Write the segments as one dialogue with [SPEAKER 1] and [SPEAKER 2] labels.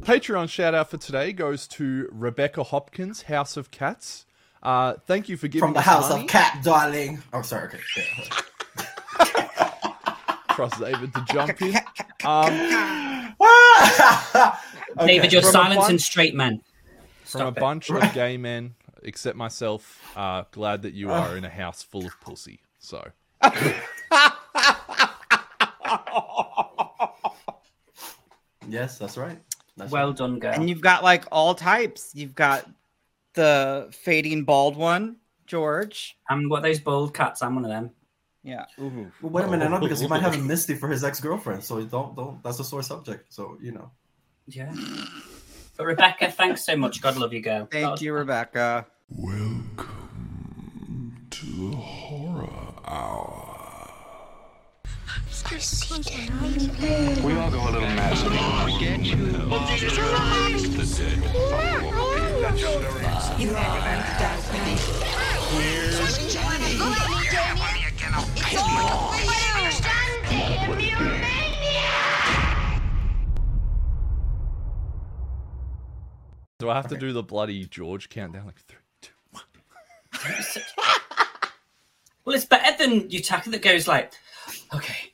[SPEAKER 1] Patreon shout out for today goes to Rebecca Hopkins, House of Cats. Uh, thank you for giving
[SPEAKER 2] From the
[SPEAKER 1] us
[SPEAKER 2] house
[SPEAKER 1] money.
[SPEAKER 2] of cat, darling. I'm sorry. Okay. yeah.
[SPEAKER 1] Trust David to jump in. Um,
[SPEAKER 2] Ah! Okay.
[SPEAKER 3] David, you're
[SPEAKER 1] From a
[SPEAKER 3] silencing
[SPEAKER 1] bunch-
[SPEAKER 3] straight men.
[SPEAKER 1] from a
[SPEAKER 3] Stop it.
[SPEAKER 1] bunch of gay men, except myself, uh, glad that you are in a house full of pussy. So,
[SPEAKER 2] Yes, that's right. That's
[SPEAKER 3] Well done, girl.
[SPEAKER 4] And you've got like all types. You've got the fading bald one, George.
[SPEAKER 3] I'm what those bald cats. I'm one of them.
[SPEAKER 4] Yeah.
[SPEAKER 2] Well, wait a minute, no, because he might have a Misty for his ex girlfriend. So don't, don't. That's a sore subject. So you know.
[SPEAKER 3] Yeah. But Rebecca, thanks so much. God love you, girl.
[SPEAKER 4] Thank
[SPEAKER 3] God-
[SPEAKER 4] you, Rebecca.
[SPEAKER 1] do I have to do the bloody George countdown? Like three, two, one.
[SPEAKER 3] Well, it's better than you tackle that goes like, okay.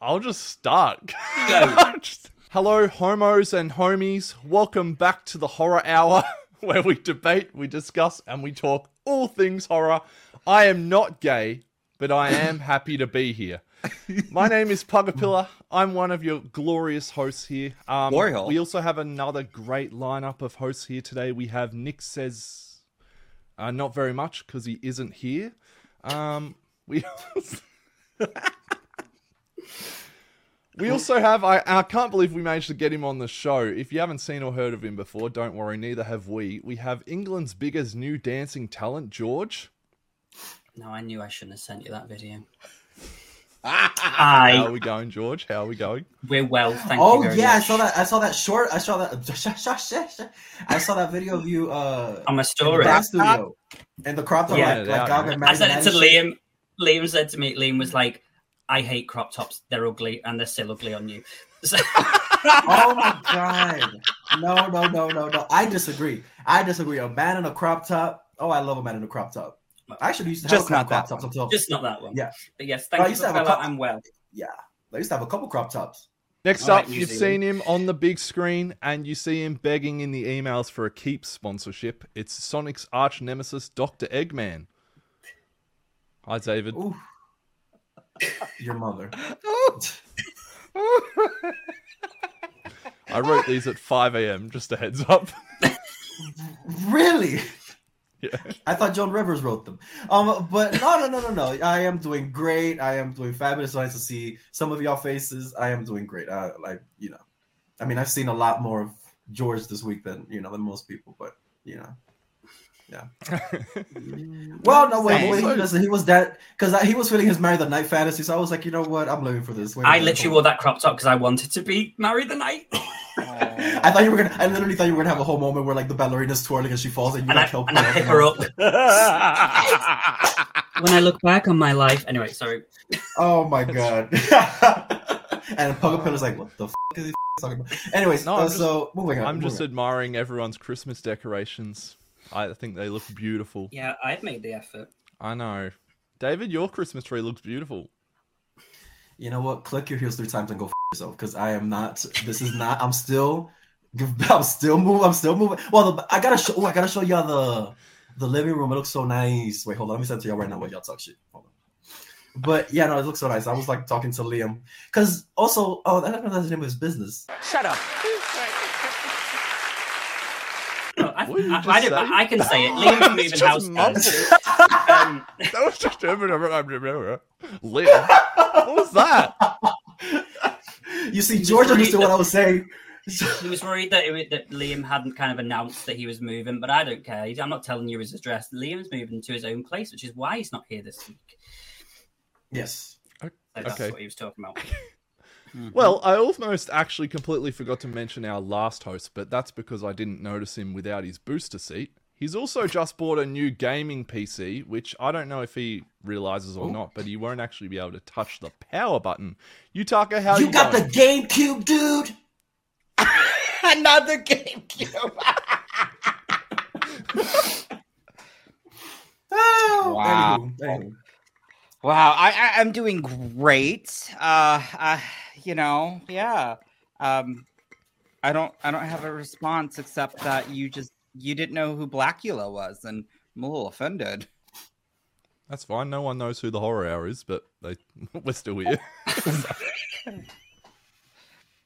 [SPEAKER 1] I'll just start.
[SPEAKER 3] Go.
[SPEAKER 1] Just- Hello, homos and homies. Welcome back to the Horror Hour, where we debate, we discuss, and we talk all things horror. I am not gay, but I am happy to be here. My name is Pugapilla. I'm one of your glorious hosts here. Um,
[SPEAKER 4] Glorial.
[SPEAKER 1] we also have another great lineup of hosts here today. We have Nick says uh, not very much because he isn't here. Um, we we also have I, I can't believe we managed to get him on the show. If you haven't seen or heard of him before, don't worry, neither have we. We have England's biggest new dancing talent, George.
[SPEAKER 3] No, I knew I shouldn't have sent you that video.
[SPEAKER 1] How are
[SPEAKER 3] Hi.
[SPEAKER 1] we going, George? How are we going?
[SPEAKER 3] We're well, thank
[SPEAKER 2] oh
[SPEAKER 3] you. very
[SPEAKER 2] yeah, I
[SPEAKER 3] much.
[SPEAKER 2] saw that. I saw that short. I saw that. I saw that video of you. Uh,
[SPEAKER 3] On
[SPEAKER 2] in the
[SPEAKER 3] my story.
[SPEAKER 2] dance studio. And the crop top,
[SPEAKER 3] Yeah.
[SPEAKER 2] like, like Gaga.
[SPEAKER 3] I
[SPEAKER 2] Mary
[SPEAKER 3] said it to
[SPEAKER 2] Mann.
[SPEAKER 3] Liam. Liam said to me, Liam was like, I hate crop tops. They're ugly and they're still ugly on you. So,
[SPEAKER 2] Oh my god! No, no, no, no, no. I disagree. I disagree. A man in a crop top. Oh, I love a man in a crop top. I actually used to have a
[SPEAKER 4] Just
[SPEAKER 2] couple
[SPEAKER 4] not that
[SPEAKER 2] crop
[SPEAKER 4] one.
[SPEAKER 2] tops. until-
[SPEAKER 3] just not that one.
[SPEAKER 2] Yeah.
[SPEAKER 3] But yes,
[SPEAKER 2] No, I
[SPEAKER 3] thank you
[SPEAKER 2] used
[SPEAKER 3] for
[SPEAKER 2] to have a
[SPEAKER 3] Bella.
[SPEAKER 2] cou-
[SPEAKER 3] I'm well.
[SPEAKER 2] yeah, I used to have a couple crop tops.
[SPEAKER 1] Next
[SPEAKER 3] All
[SPEAKER 1] up,
[SPEAKER 3] right, New
[SPEAKER 1] you've seen
[SPEAKER 3] Zealand.
[SPEAKER 1] him on the big screen, and you see him begging in the emails for a keep sponsorship. It's Sonic's arch nemesis, Doctor Eggman. Hi, David.
[SPEAKER 2] Ooh. Your mother.
[SPEAKER 1] I wrote these at 5 a.m. Just a heads up.
[SPEAKER 2] Really?
[SPEAKER 1] Yeah.
[SPEAKER 2] I thought Joan Rivers wrote them. Um, but no, no, no, no, no. I am doing great. I am doing fabulous. Nice to see some of y'all faces. I am doing great. I like you know, I mean, I've seen a lot more of George this week than you know than most people, but you know. Yeah. well, no, wait, wait.
[SPEAKER 1] Also-
[SPEAKER 2] He, listen, he was that because he was feeling his marry the night fantasy. So I was like, you know what? I'm living for this. Wait a
[SPEAKER 3] I
[SPEAKER 2] minute.
[SPEAKER 3] literally wore that crop top because I wanted to be married the night.
[SPEAKER 2] I thought you were gonna. I literally thought you were gonna have a whole moment where like the ballerina's twirling and she falls and you
[SPEAKER 3] and I,
[SPEAKER 2] like help
[SPEAKER 3] and I pick her up. when I look back on my life, anyway, sorry.
[SPEAKER 2] Oh my god. and Pugapin is like, what the f- is he f- talking about? Anyways,
[SPEAKER 1] No,
[SPEAKER 2] uh,
[SPEAKER 1] I'm just-
[SPEAKER 2] so moving on.
[SPEAKER 1] I'm just
[SPEAKER 2] moving
[SPEAKER 1] admiring everyone's Christmas decorations. I think they look beautiful.
[SPEAKER 3] Yeah, I've made the effort.
[SPEAKER 1] I know. David, your Christmas tree looks beautiful.
[SPEAKER 2] on. You know what? Click your heels three times and go f- yourself because I am not. This is not. I'm still. I'm still moving. I'm still moving. Well, the, I gotta show. Oh, I gotta show y'all the the living room. It looks so nice. Wait, hold on. Let me send it to y'all right now while y'all talk shit. Hold on. But yeah, no, it looks so nice. I was like talking to Liam because also, oh, I don't know that's the name of his business.
[SPEAKER 3] No, I,
[SPEAKER 1] What did you
[SPEAKER 3] I-
[SPEAKER 1] just
[SPEAKER 3] I don't-
[SPEAKER 1] say?
[SPEAKER 3] I can say it. Liam's
[SPEAKER 1] It's
[SPEAKER 3] moving
[SPEAKER 1] just
[SPEAKER 3] house.
[SPEAKER 1] mumble.
[SPEAKER 3] first. Um,
[SPEAKER 1] That was just Liam. What was that?
[SPEAKER 2] You see, George understood what I was saying.
[SPEAKER 3] he was worried that, it, was- that Liam hadn't kind of announced that he was moving, but I don't care. I'm not telling you his address. Liam's moving to his own place, which is why he's not here this week.
[SPEAKER 2] Yes.
[SPEAKER 3] So that's
[SPEAKER 1] Okay.
[SPEAKER 3] what he was talking about.
[SPEAKER 4] Hmm.
[SPEAKER 1] Well, I almost actually completely forgot to mention our last host, but that's because I didn't notice him without his booster seat. He's also just bought a new gaming PC, which I don't know if he realizes or
[SPEAKER 2] Ooh.
[SPEAKER 1] not, but he won't actually be able to touch the power button. Yutaka, how
[SPEAKER 2] you
[SPEAKER 1] you
[SPEAKER 2] got
[SPEAKER 1] going?
[SPEAKER 2] the GameCube, dude.
[SPEAKER 4] Another GameCube.
[SPEAKER 2] Oh,
[SPEAKER 4] Wow.
[SPEAKER 2] anywho, anywho.
[SPEAKER 4] wow, I, I I'm doing great. Uh, uh, you know, yeah. Um, I don't I don't have a response except that you just you didn't know who Blackula was, and I'm a little offended.
[SPEAKER 1] That's fine. No one knows who the horror hour is, but they we're still here.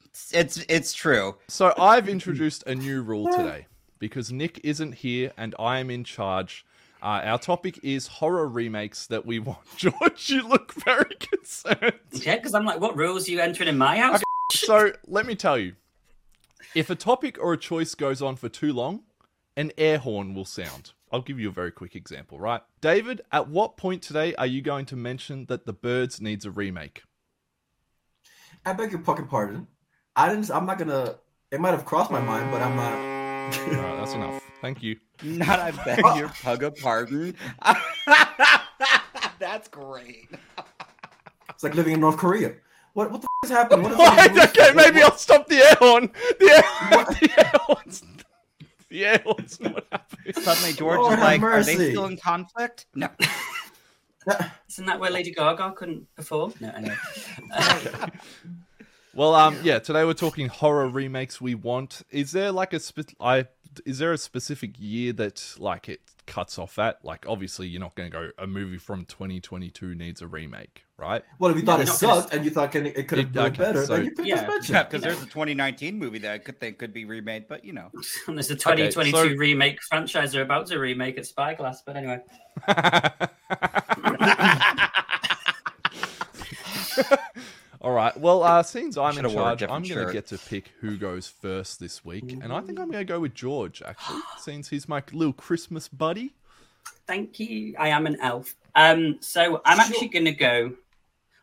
[SPEAKER 4] It's it's, it's true.
[SPEAKER 1] So I've introduced a new rule today because Nick isn't here and I am in charge. Uh, our topic is horror remakes that we want. George, you look very concerned.
[SPEAKER 3] Yeah, because I'm like, what rules are you entering in my house?
[SPEAKER 1] So let me tell you if a topic or a choice goes on for too long, an air horn will sound. I'll give you a very quick example, right? David, at what point today are you going to mention that The Birds needs a remake?
[SPEAKER 2] I beg your fucking pardon. I didn't. I'm not gonna. It might have crossed my mind, but I'm not.
[SPEAKER 1] All right, Uh, that's enough. Thank you.
[SPEAKER 4] Not I beg your pug of pardon. That's great.
[SPEAKER 2] It's like living in North Korea. What what the f- is happening? What is
[SPEAKER 1] What? Okay, maybe I'll stop the air horn. The air,
[SPEAKER 2] What?
[SPEAKER 1] the air horn's, the air horn's not happening.
[SPEAKER 4] Suddenly George
[SPEAKER 2] Lord
[SPEAKER 4] is
[SPEAKER 2] have
[SPEAKER 4] like, are they
[SPEAKER 2] mercy.
[SPEAKER 4] still in conflict? No.
[SPEAKER 3] Isn't that where Lady Gaga couldn't perform? No, anyway.
[SPEAKER 1] Well, um, yeah. Today we're talking horror remakes we want. Is there like a spe- I, is there a specific year that like it cuts off at? Like, obviously, you're not going to go a movie from 2022 needs a remake, right?
[SPEAKER 2] Well, if you thought
[SPEAKER 3] No,
[SPEAKER 2] it
[SPEAKER 3] no,
[SPEAKER 2] sucked and you thought can, it could
[SPEAKER 1] It-
[SPEAKER 2] have been
[SPEAKER 1] okay,
[SPEAKER 2] better,
[SPEAKER 1] so-
[SPEAKER 2] then you could
[SPEAKER 3] Yeah.
[SPEAKER 2] just mention.
[SPEAKER 4] Yeah,
[SPEAKER 2] it.
[SPEAKER 4] because there's a 2019 movie that I could think could be remade, but you know.
[SPEAKER 3] And there's a 2022
[SPEAKER 1] Okay, so-
[SPEAKER 3] remake franchise they're about to remake at Spyglass, but anyway.
[SPEAKER 1] All right. Well, uh, since I'm
[SPEAKER 4] Should've
[SPEAKER 1] in
[SPEAKER 4] worn a
[SPEAKER 1] charge, I'm going to
[SPEAKER 4] different shirt.
[SPEAKER 1] get to pick who goes first this week, and I think I'm going to go with George actually, since he's my little Christmas buddy.
[SPEAKER 3] Thank you. I am an elf. Um, so I'm actually going to go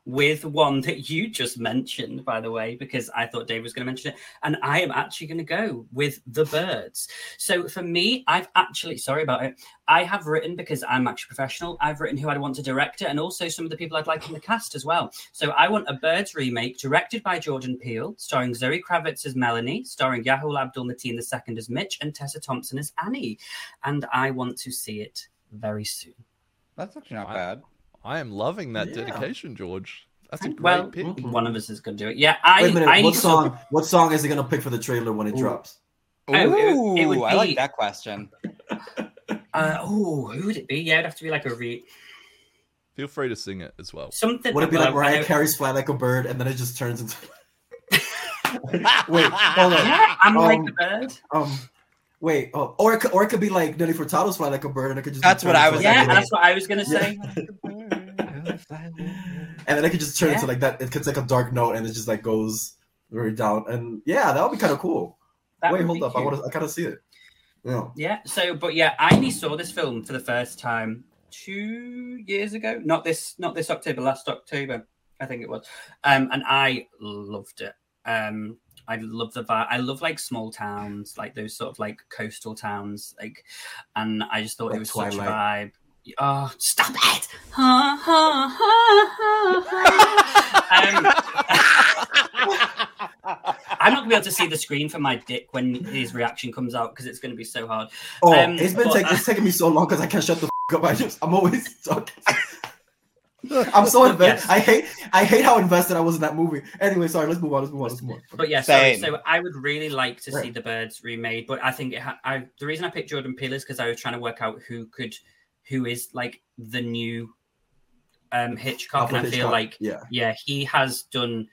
[SPEAKER 3] with one that you just mentioned, by the way, because I thought Dave was going to mention it, and I am actually going to go with the birds. So for me, I've actually sorry about it. I have written because I'm actually professional. I've written who I'd want to direct it, and also some of the people I'd like in the cast as well. So I want a birds remake directed by Jordan Peele, starring Zoe Kravitz as Melanie, starring Yahul Abdul Mateen II as Mitch, and Tessa Thompson as Annie. And I want to see it very soon.
[SPEAKER 4] That's actually not
[SPEAKER 1] Wow.
[SPEAKER 4] bad.
[SPEAKER 1] I am loving that
[SPEAKER 2] Yeah.
[SPEAKER 1] dedication, George. That's a great
[SPEAKER 3] Well-
[SPEAKER 1] pick.
[SPEAKER 2] Mhm.
[SPEAKER 3] One of us is going to do it. Yeah, I.
[SPEAKER 2] Wait a minute.
[SPEAKER 3] I
[SPEAKER 2] what
[SPEAKER 3] need
[SPEAKER 2] song?
[SPEAKER 3] some-
[SPEAKER 2] What song is it gonna pick for the trailer when it
[SPEAKER 3] Ooh.
[SPEAKER 2] drops?
[SPEAKER 4] Ooh,
[SPEAKER 3] it would- it would
[SPEAKER 4] I like
[SPEAKER 3] be-
[SPEAKER 4] that question.
[SPEAKER 3] Uh, oh, who would it be? Yeah, it'd have to be like a re-
[SPEAKER 1] Feel free to sing it as well.
[SPEAKER 3] something.
[SPEAKER 2] Would it be like
[SPEAKER 3] well, I
[SPEAKER 2] Mariah
[SPEAKER 3] know-
[SPEAKER 2] Carey's "Fly Like a Bird" and then it just turns into? Wait, hold on.
[SPEAKER 3] Yeah, I'm like
[SPEAKER 2] Um,
[SPEAKER 3] the bird.
[SPEAKER 2] Um, wait. Oh, or it could, or it could be like Nelly Furtado's "Fly Like a Bird" and it could just.
[SPEAKER 4] That's
[SPEAKER 2] turn
[SPEAKER 4] what I
[SPEAKER 2] into,
[SPEAKER 4] was
[SPEAKER 2] like, a
[SPEAKER 3] Yeah,
[SPEAKER 4] thinking.
[SPEAKER 2] little-
[SPEAKER 3] that's what I was gonna say.
[SPEAKER 2] and then it could just turn into
[SPEAKER 3] Yeah.
[SPEAKER 2] like that. It could take a dark note and it just like goes very down. And yeah, that would be kind of cool.
[SPEAKER 3] That
[SPEAKER 2] Wait,
[SPEAKER 3] would
[SPEAKER 2] hold
[SPEAKER 3] be
[SPEAKER 2] up. I
[SPEAKER 3] cute. Um,
[SPEAKER 2] want to. I kind of see it. Yeah.
[SPEAKER 3] Yeah. So, but yeah, I only saw this film for the first time two years ago. Not this, not this October, last October, I think it was. Um, and I loved it. Um, I love the vibe. I love like small towns, like those sort of like coastal towns, like. And I just thought
[SPEAKER 2] Like
[SPEAKER 3] it was such a
[SPEAKER 2] Twilight.
[SPEAKER 3] vibe. Oh, stop it! Ha, ha, ha, ha, ha. Um, I'm not gonna be able to see the screen for my dick when his reaction comes out because it's gonna be so hard.
[SPEAKER 2] Oh,
[SPEAKER 3] Um,
[SPEAKER 2] it's been
[SPEAKER 3] but-
[SPEAKER 2] taking it's taking me so long because I can't shut the f- up. I just I'm always talking. I'm so invested.
[SPEAKER 3] Yes.
[SPEAKER 2] I hate I hate how invested I was in that movie. Anyway, sorry. Let's move on. Let's move on. Let's move on.
[SPEAKER 3] But yeah, sorry.
[SPEAKER 4] Same.
[SPEAKER 3] So I would really like to see
[SPEAKER 2] Right.
[SPEAKER 3] the birds remade, but I think it ha- I, the reason I picked Jordan Peele is because I was trying to work out who could, who is like the new um Hitchcock,
[SPEAKER 2] Alfred
[SPEAKER 3] and I feel
[SPEAKER 2] Hitchcock.
[SPEAKER 3] like
[SPEAKER 2] yeah,
[SPEAKER 3] yeah, he has done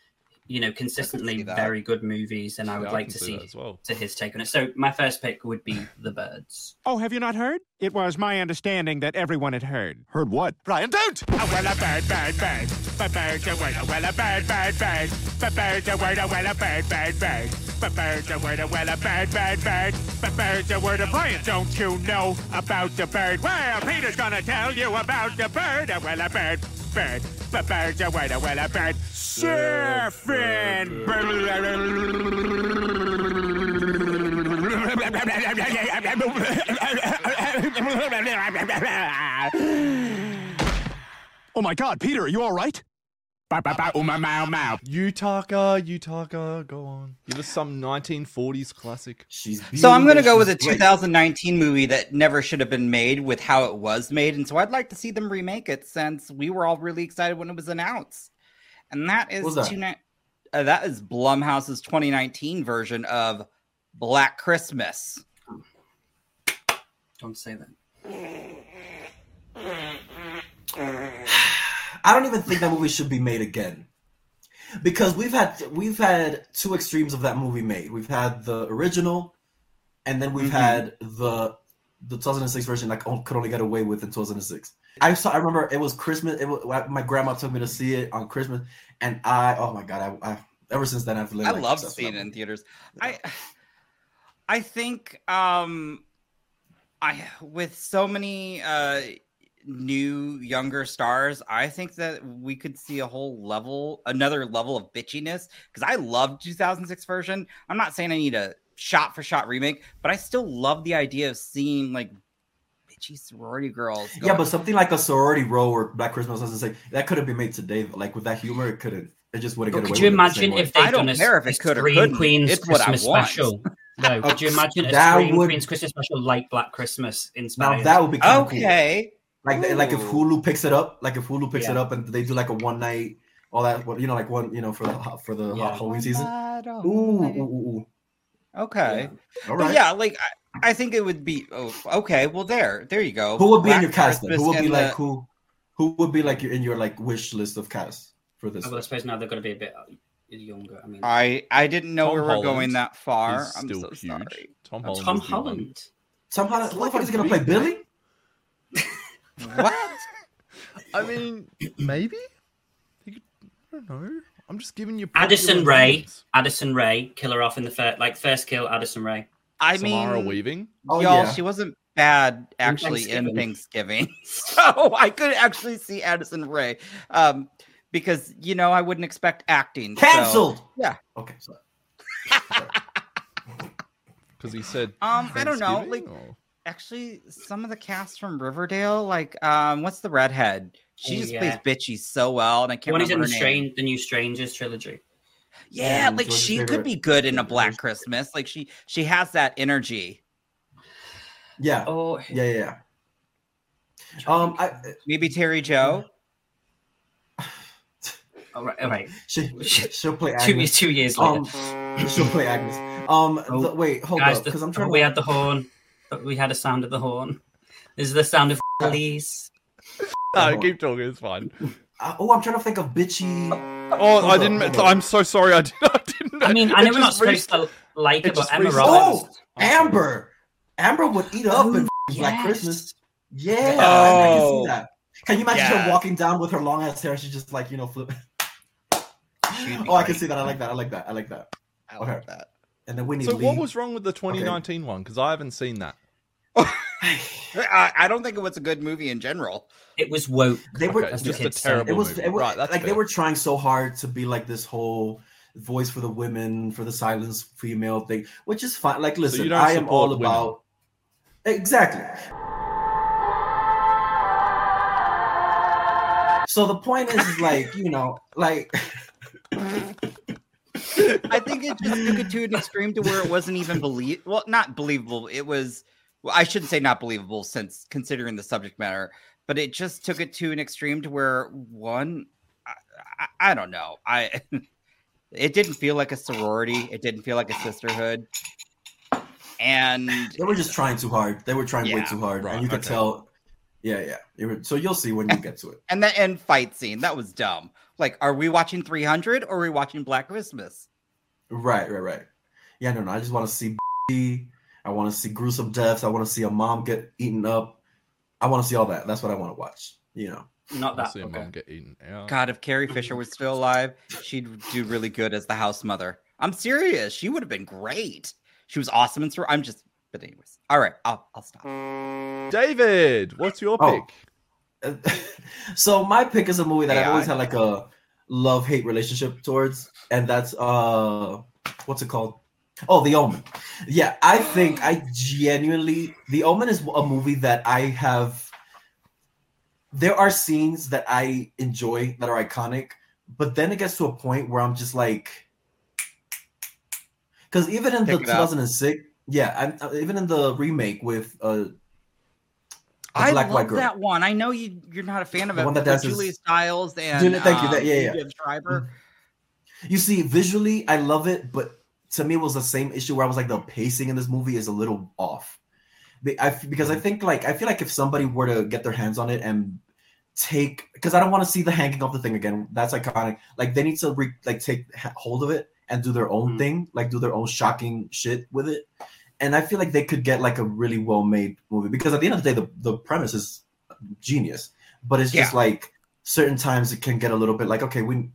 [SPEAKER 3] you know consistently
[SPEAKER 4] that.
[SPEAKER 3] very good movies, and I would
[SPEAKER 1] Yeah,
[SPEAKER 3] like
[SPEAKER 1] can
[SPEAKER 3] to
[SPEAKER 1] see
[SPEAKER 3] see
[SPEAKER 1] that as well.
[SPEAKER 3] to his take on it. So my first pick would be the birds.
[SPEAKER 5] Oh, have you not heard? It was my understanding that everyone had heard.
[SPEAKER 6] Heard what?
[SPEAKER 5] Brian, don't! Oh, well, a bird, bird, bird. But bird's a word, oh, well, a bird, bird, bird. But bird's a word, oh, well, a bird, bird, bird. But bird's a word, oh, well, a bird, bird, bird. But bird's a word, oh, Brian, don't you know about the bird? Well, Peter's gonna tell you about the bird, oh, well, a bird, bird. But bird's a word, oh, well, a bird. Surfing! Oh my god, Peter, are you alright? Ba ba ba, uma mau mau.
[SPEAKER 1] Utaka, Utaka, go on. Give us some 1940s classic.
[SPEAKER 2] She's
[SPEAKER 4] So I'm going to
[SPEAKER 2] beautiful,
[SPEAKER 4] go with a
[SPEAKER 2] she's great.
[SPEAKER 4] 2019 movie that never should have been made with how it was made, and so I'd like to see them remake it since we were all really excited when it was announced. And that is
[SPEAKER 2] What was that?
[SPEAKER 4] two ni- uh, that is Blumhouse's 2019 version of Black Christmas.
[SPEAKER 3] Don't say that.
[SPEAKER 2] I don't even think that movie should be made again. Because we've had we've had two extremes of that movie made. We've had the original, and then we've
[SPEAKER 4] Mhm.
[SPEAKER 2] had the the 2006 version like on- could only get away with in 2006. I saw. I remember it was Christmas. It was, my grandma took me to see it on Christmas, and I oh my god! I, I ever since then I've lived.
[SPEAKER 4] I
[SPEAKER 2] like,
[SPEAKER 4] love
[SPEAKER 2] obsessed
[SPEAKER 4] seeing
[SPEAKER 2] with
[SPEAKER 4] it
[SPEAKER 2] that
[SPEAKER 4] in
[SPEAKER 2] movie.
[SPEAKER 4] theaters. I I think um I with so many uh new younger stars, I think that we could see a whole level another level of bitchiness cuz I love 2006 version. I'm not saying I need a shot for shot remake, but I still love the idea of seeing like bitchy sorority girls.
[SPEAKER 2] Yeah,
[SPEAKER 4] going-
[SPEAKER 2] but something like a sorority row or Black Christmas doesn't say that could have been made today. but, Like with that humor, it couldn't. It just wouldn't
[SPEAKER 3] But
[SPEAKER 2] get away.
[SPEAKER 3] could you
[SPEAKER 2] with it the same
[SPEAKER 3] imagine
[SPEAKER 2] way.
[SPEAKER 3] if
[SPEAKER 4] way.
[SPEAKER 3] they'd
[SPEAKER 4] I don't
[SPEAKER 3] done a,
[SPEAKER 4] care if
[SPEAKER 3] a
[SPEAKER 4] it could or
[SPEAKER 3] Scream
[SPEAKER 4] couldn't.
[SPEAKER 3] Queen's
[SPEAKER 4] It's what I
[SPEAKER 3] Christmas
[SPEAKER 4] want.
[SPEAKER 3] special? No, could you imagine a
[SPEAKER 2] That
[SPEAKER 3] Scream
[SPEAKER 2] would-
[SPEAKER 3] Queen's Christmas special like Black Christmas
[SPEAKER 2] now
[SPEAKER 3] inspired?
[SPEAKER 2] that would be kinda cool.
[SPEAKER 4] okay.
[SPEAKER 2] like they- like if
[SPEAKER 4] Ooh.
[SPEAKER 2] Hulu picks it up, like if Hulu picks it
[SPEAKER 3] Yeah.
[SPEAKER 2] up and they do like a one night, all that, what you know, like one, you know, for the for the
[SPEAKER 3] Yeah.
[SPEAKER 2] Halloween season.
[SPEAKER 4] I don't
[SPEAKER 2] Ooh, ooh,
[SPEAKER 4] like it.
[SPEAKER 2] ooh,
[SPEAKER 4] Okay.
[SPEAKER 2] ooh. all
[SPEAKER 4] But
[SPEAKER 2] right.
[SPEAKER 4] yeah, like I, I think it would be oh, okay. Well, there, there you go.
[SPEAKER 2] Who would be in
[SPEAKER 4] Black
[SPEAKER 2] your cast? Then? Who
[SPEAKER 4] Christmas
[SPEAKER 2] would be
[SPEAKER 4] and
[SPEAKER 2] like
[SPEAKER 4] the-
[SPEAKER 2] who? Who would be like your in your like wish list of cast for this?
[SPEAKER 3] Oh, well, I suppose now they're going to be a bit uh, younger. I mean,
[SPEAKER 4] I I didn't know
[SPEAKER 1] Tom
[SPEAKER 4] we were going
[SPEAKER 1] Holland
[SPEAKER 4] that far.
[SPEAKER 1] He's
[SPEAKER 4] I'm
[SPEAKER 1] still
[SPEAKER 4] so
[SPEAKER 1] huge.
[SPEAKER 4] sorry.
[SPEAKER 1] Tom Holland.
[SPEAKER 3] Tom
[SPEAKER 1] is the one.
[SPEAKER 3] Holland.
[SPEAKER 2] Somehow,
[SPEAKER 1] It's
[SPEAKER 2] what
[SPEAKER 1] like
[SPEAKER 2] the fuck
[SPEAKER 1] a
[SPEAKER 2] is gonna play
[SPEAKER 1] big-
[SPEAKER 2] Billy?
[SPEAKER 4] What?
[SPEAKER 1] I mean, maybe? He could, I don't know. I'm just giving you.
[SPEAKER 3] Addison
[SPEAKER 1] popular
[SPEAKER 3] Rae.
[SPEAKER 1] names.
[SPEAKER 3] Addison Ray, kill her off in the first, like first kill, Addison Ray.
[SPEAKER 4] I
[SPEAKER 1] Samara
[SPEAKER 4] mean,
[SPEAKER 1] Weaving.
[SPEAKER 2] Oh
[SPEAKER 4] y'all,
[SPEAKER 2] yeah.
[SPEAKER 4] she wasn't bad actually in Thanksgiving, so I could actually see Addison Ray, um, because you know I wouldn't expect acting. so-
[SPEAKER 2] Cancelled.
[SPEAKER 4] yeah.
[SPEAKER 2] Okay. So
[SPEAKER 1] Because he said.
[SPEAKER 4] Um, I don't know,
[SPEAKER 1] Thanksgiving,
[SPEAKER 4] like-
[SPEAKER 1] or-
[SPEAKER 4] Actually, some of the cast from Riverdale, like um, what's the redhead? She
[SPEAKER 3] Oh,
[SPEAKER 4] just
[SPEAKER 3] yeah.
[SPEAKER 4] plays bitchy so well, and I
[SPEAKER 3] The
[SPEAKER 4] can't
[SPEAKER 3] one who's in
[SPEAKER 4] remember
[SPEAKER 3] the,
[SPEAKER 4] her name.
[SPEAKER 3] Strange, the new Strangers trilogy.
[SPEAKER 2] Yeah,
[SPEAKER 4] Yeah, like
[SPEAKER 2] George's
[SPEAKER 4] she could
[SPEAKER 2] favorite-
[SPEAKER 4] be good in a
[SPEAKER 2] favorite
[SPEAKER 4] Black
[SPEAKER 2] verse.
[SPEAKER 4] Christmas. Like she she has that energy.
[SPEAKER 2] yeah.
[SPEAKER 3] Oh,
[SPEAKER 2] Yeah. Yeah. yeah. Um. I.
[SPEAKER 4] Maybe Terry Joe.
[SPEAKER 3] all right, all right.
[SPEAKER 2] She. She'll play
[SPEAKER 3] Two,
[SPEAKER 2] Agnes.
[SPEAKER 3] two years later,
[SPEAKER 2] Um. She'll play Agnes. Um.
[SPEAKER 3] Oh,
[SPEAKER 2] the- wait. Hold
[SPEAKER 3] guys.
[SPEAKER 2] up.
[SPEAKER 3] the-
[SPEAKER 2] Because I'm trying. to-
[SPEAKER 3] we had the horn, but we had a sound of the horn. This is the sound of Elise.
[SPEAKER 1] No,
[SPEAKER 2] Hold
[SPEAKER 1] keep talking. It's fine.
[SPEAKER 2] Uh, oh, I'm trying to think of bitchy.
[SPEAKER 1] Oh, I
[SPEAKER 2] on,
[SPEAKER 1] didn't.
[SPEAKER 2] hold
[SPEAKER 1] so-
[SPEAKER 2] on.
[SPEAKER 1] I'm so sorry. I, did, I didn't.
[SPEAKER 3] I mean, I
[SPEAKER 1] it
[SPEAKER 3] know we're not
[SPEAKER 1] just re-
[SPEAKER 3] supposed to like
[SPEAKER 1] it
[SPEAKER 3] her, but
[SPEAKER 1] just
[SPEAKER 3] Emma
[SPEAKER 1] reached-
[SPEAKER 3] Roberts.
[SPEAKER 2] Oh, Amber. Amber would eat up
[SPEAKER 1] Oh.
[SPEAKER 2] in
[SPEAKER 3] Yes.
[SPEAKER 2] Black Christmas. Yeah,
[SPEAKER 4] Oh.
[SPEAKER 2] I can see that. Can you imagine
[SPEAKER 4] Yeah.
[SPEAKER 2] her walking down with her long ass hair? and She's just like, you know, flip.
[SPEAKER 4] She'd be
[SPEAKER 2] Oh, I can
[SPEAKER 4] great.
[SPEAKER 2] see that. I like that. I like that. I like that.
[SPEAKER 4] I
[SPEAKER 2] Okay.
[SPEAKER 4] love that.
[SPEAKER 2] And then Winnie
[SPEAKER 1] So,
[SPEAKER 2] Lee.
[SPEAKER 1] what was wrong with the 2019 one? Because I haven't seen that.
[SPEAKER 4] I, I don't think it was a good movie in general.
[SPEAKER 3] It was woke.
[SPEAKER 2] they were?
[SPEAKER 1] okay, it's
[SPEAKER 3] the
[SPEAKER 1] just a
[SPEAKER 3] kids say.
[SPEAKER 1] terrible
[SPEAKER 2] it was.
[SPEAKER 1] movie.
[SPEAKER 2] It was
[SPEAKER 1] right, that's
[SPEAKER 2] like
[SPEAKER 1] fair.
[SPEAKER 2] they were trying so hard to be like this whole voice for the women for the silenced female thing, which is fine. Like, listen,
[SPEAKER 1] you don't
[SPEAKER 2] I am all
[SPEAKER 1] support women.
[SPEAKER 2] about exactly. So the point is, is like you know, like
[SPEAKER 4] I think it just took it to an extreme to where it wasn't even believe well, not believable. It was well, I shouldn't say not believable since considering the subject matter, but it just took it to an extreme to where one I, I, I don't know. I it didn't feel like a sorority, it didn't feel like a sisterhood. And
[SPEAKER 2] they were just trying too hard. They were trying way
[SPEAKER 4] Yeah,
[SPEAKER 2] too hard,
[SPEAKER 1] right,
[SPEAKER 2] and you could
[SPEAKER 1] okay.
[SPEAKER 2] tell. Yeah, yeah. They were- so you'll see when you get to it.
[SPEAKER 4] and that end fight scene that was dumb like are we watching 300 or are we watching black christmas
[SPEAKER 2] Right, right, right. Yeah, no, no. I just want to see. I want to see gruesome deaths. I want to see a mom get eaten up. I want to see all that. That's what I want to watch. You know.
[SPEAKER 3] Not
[SPEAKER 1] I
[SPEAKER 3] that.
[SPEAKER 1] see a
[SPEAKER 3] Okay.
[SPEAKER 1] mom get eaten out.
[SPEAKER 4] god if carrie fisher was still alive she'd do really good as the house mother i'm serious she would have been great she was awesome and i'm just but anyways all right i'll, I'll stop
[SPEAKER 1] David, what's your
[SPEAKER 2] Oh.
[SPEAKER 1] pick?
[SPEAKER 2] so my pick is a movie that I've
[SPEAKER 4] AI.
[SPEAKER 2] always had like a love hate relationship towards, and that's uh, what's it called? Oh, The Omen. Yeah, I think I genuinely The Omen is a movie that I have. There are scenes that I enjoy that are iconic, but then it gets to a point where I'm just like, because even in
[SPEAKER 4] Check
[SPEAKER 2] the
[SPEAKER 4] it out.
[SPEAKER 2] 2006, yeah, I, even in the remake with uh, A
[SPEAKER 4] I
[SPEAKER 2] black, white
[SPEAKER 4] love
[SPEAKER 2] girl.
[SPEAKER 4] that one. I know you you're not a fan of
[SPEAKER 2] The
[SPEAKER 4] it.
[SPEAKER 2] one that
[SPEAKER 4] but with
[SPEAKER 2] dances-
[SPEAKER 4] Julia Stiles and
[SPEAKER 2] Julia- thank you, that-
[SPEAKER 4] um,
[SPEAKER 2] yeah, Mm-hmm. yeah.
[SPEAKER 4] Julia Schreiber.
[SPEAKER 2] You see, visually, I love it, but to me, it was the same issue where I was like, the pacing in this movie is a little off. They- I, because I
[SPEAKER 1] Mm-hmm.
[SPEAKER 2] think, like, I feel like if somebody were to get their hands on it and take, because I don't want to see the hanging off the thing again. That's iconic. Like, they need to re, like take h- hold of it and do their
[SPEAKER 1] Mm.
[SPEAKER 2] own
[SPEAKER 3] Mhm.
[SPEAKER 2] thing, like do their own shocking shit with it. And I feel like they could get like a really well made movie because at the end of the day, the, the premise is genius, but it's just like certain times it can get a little bit like, okay, we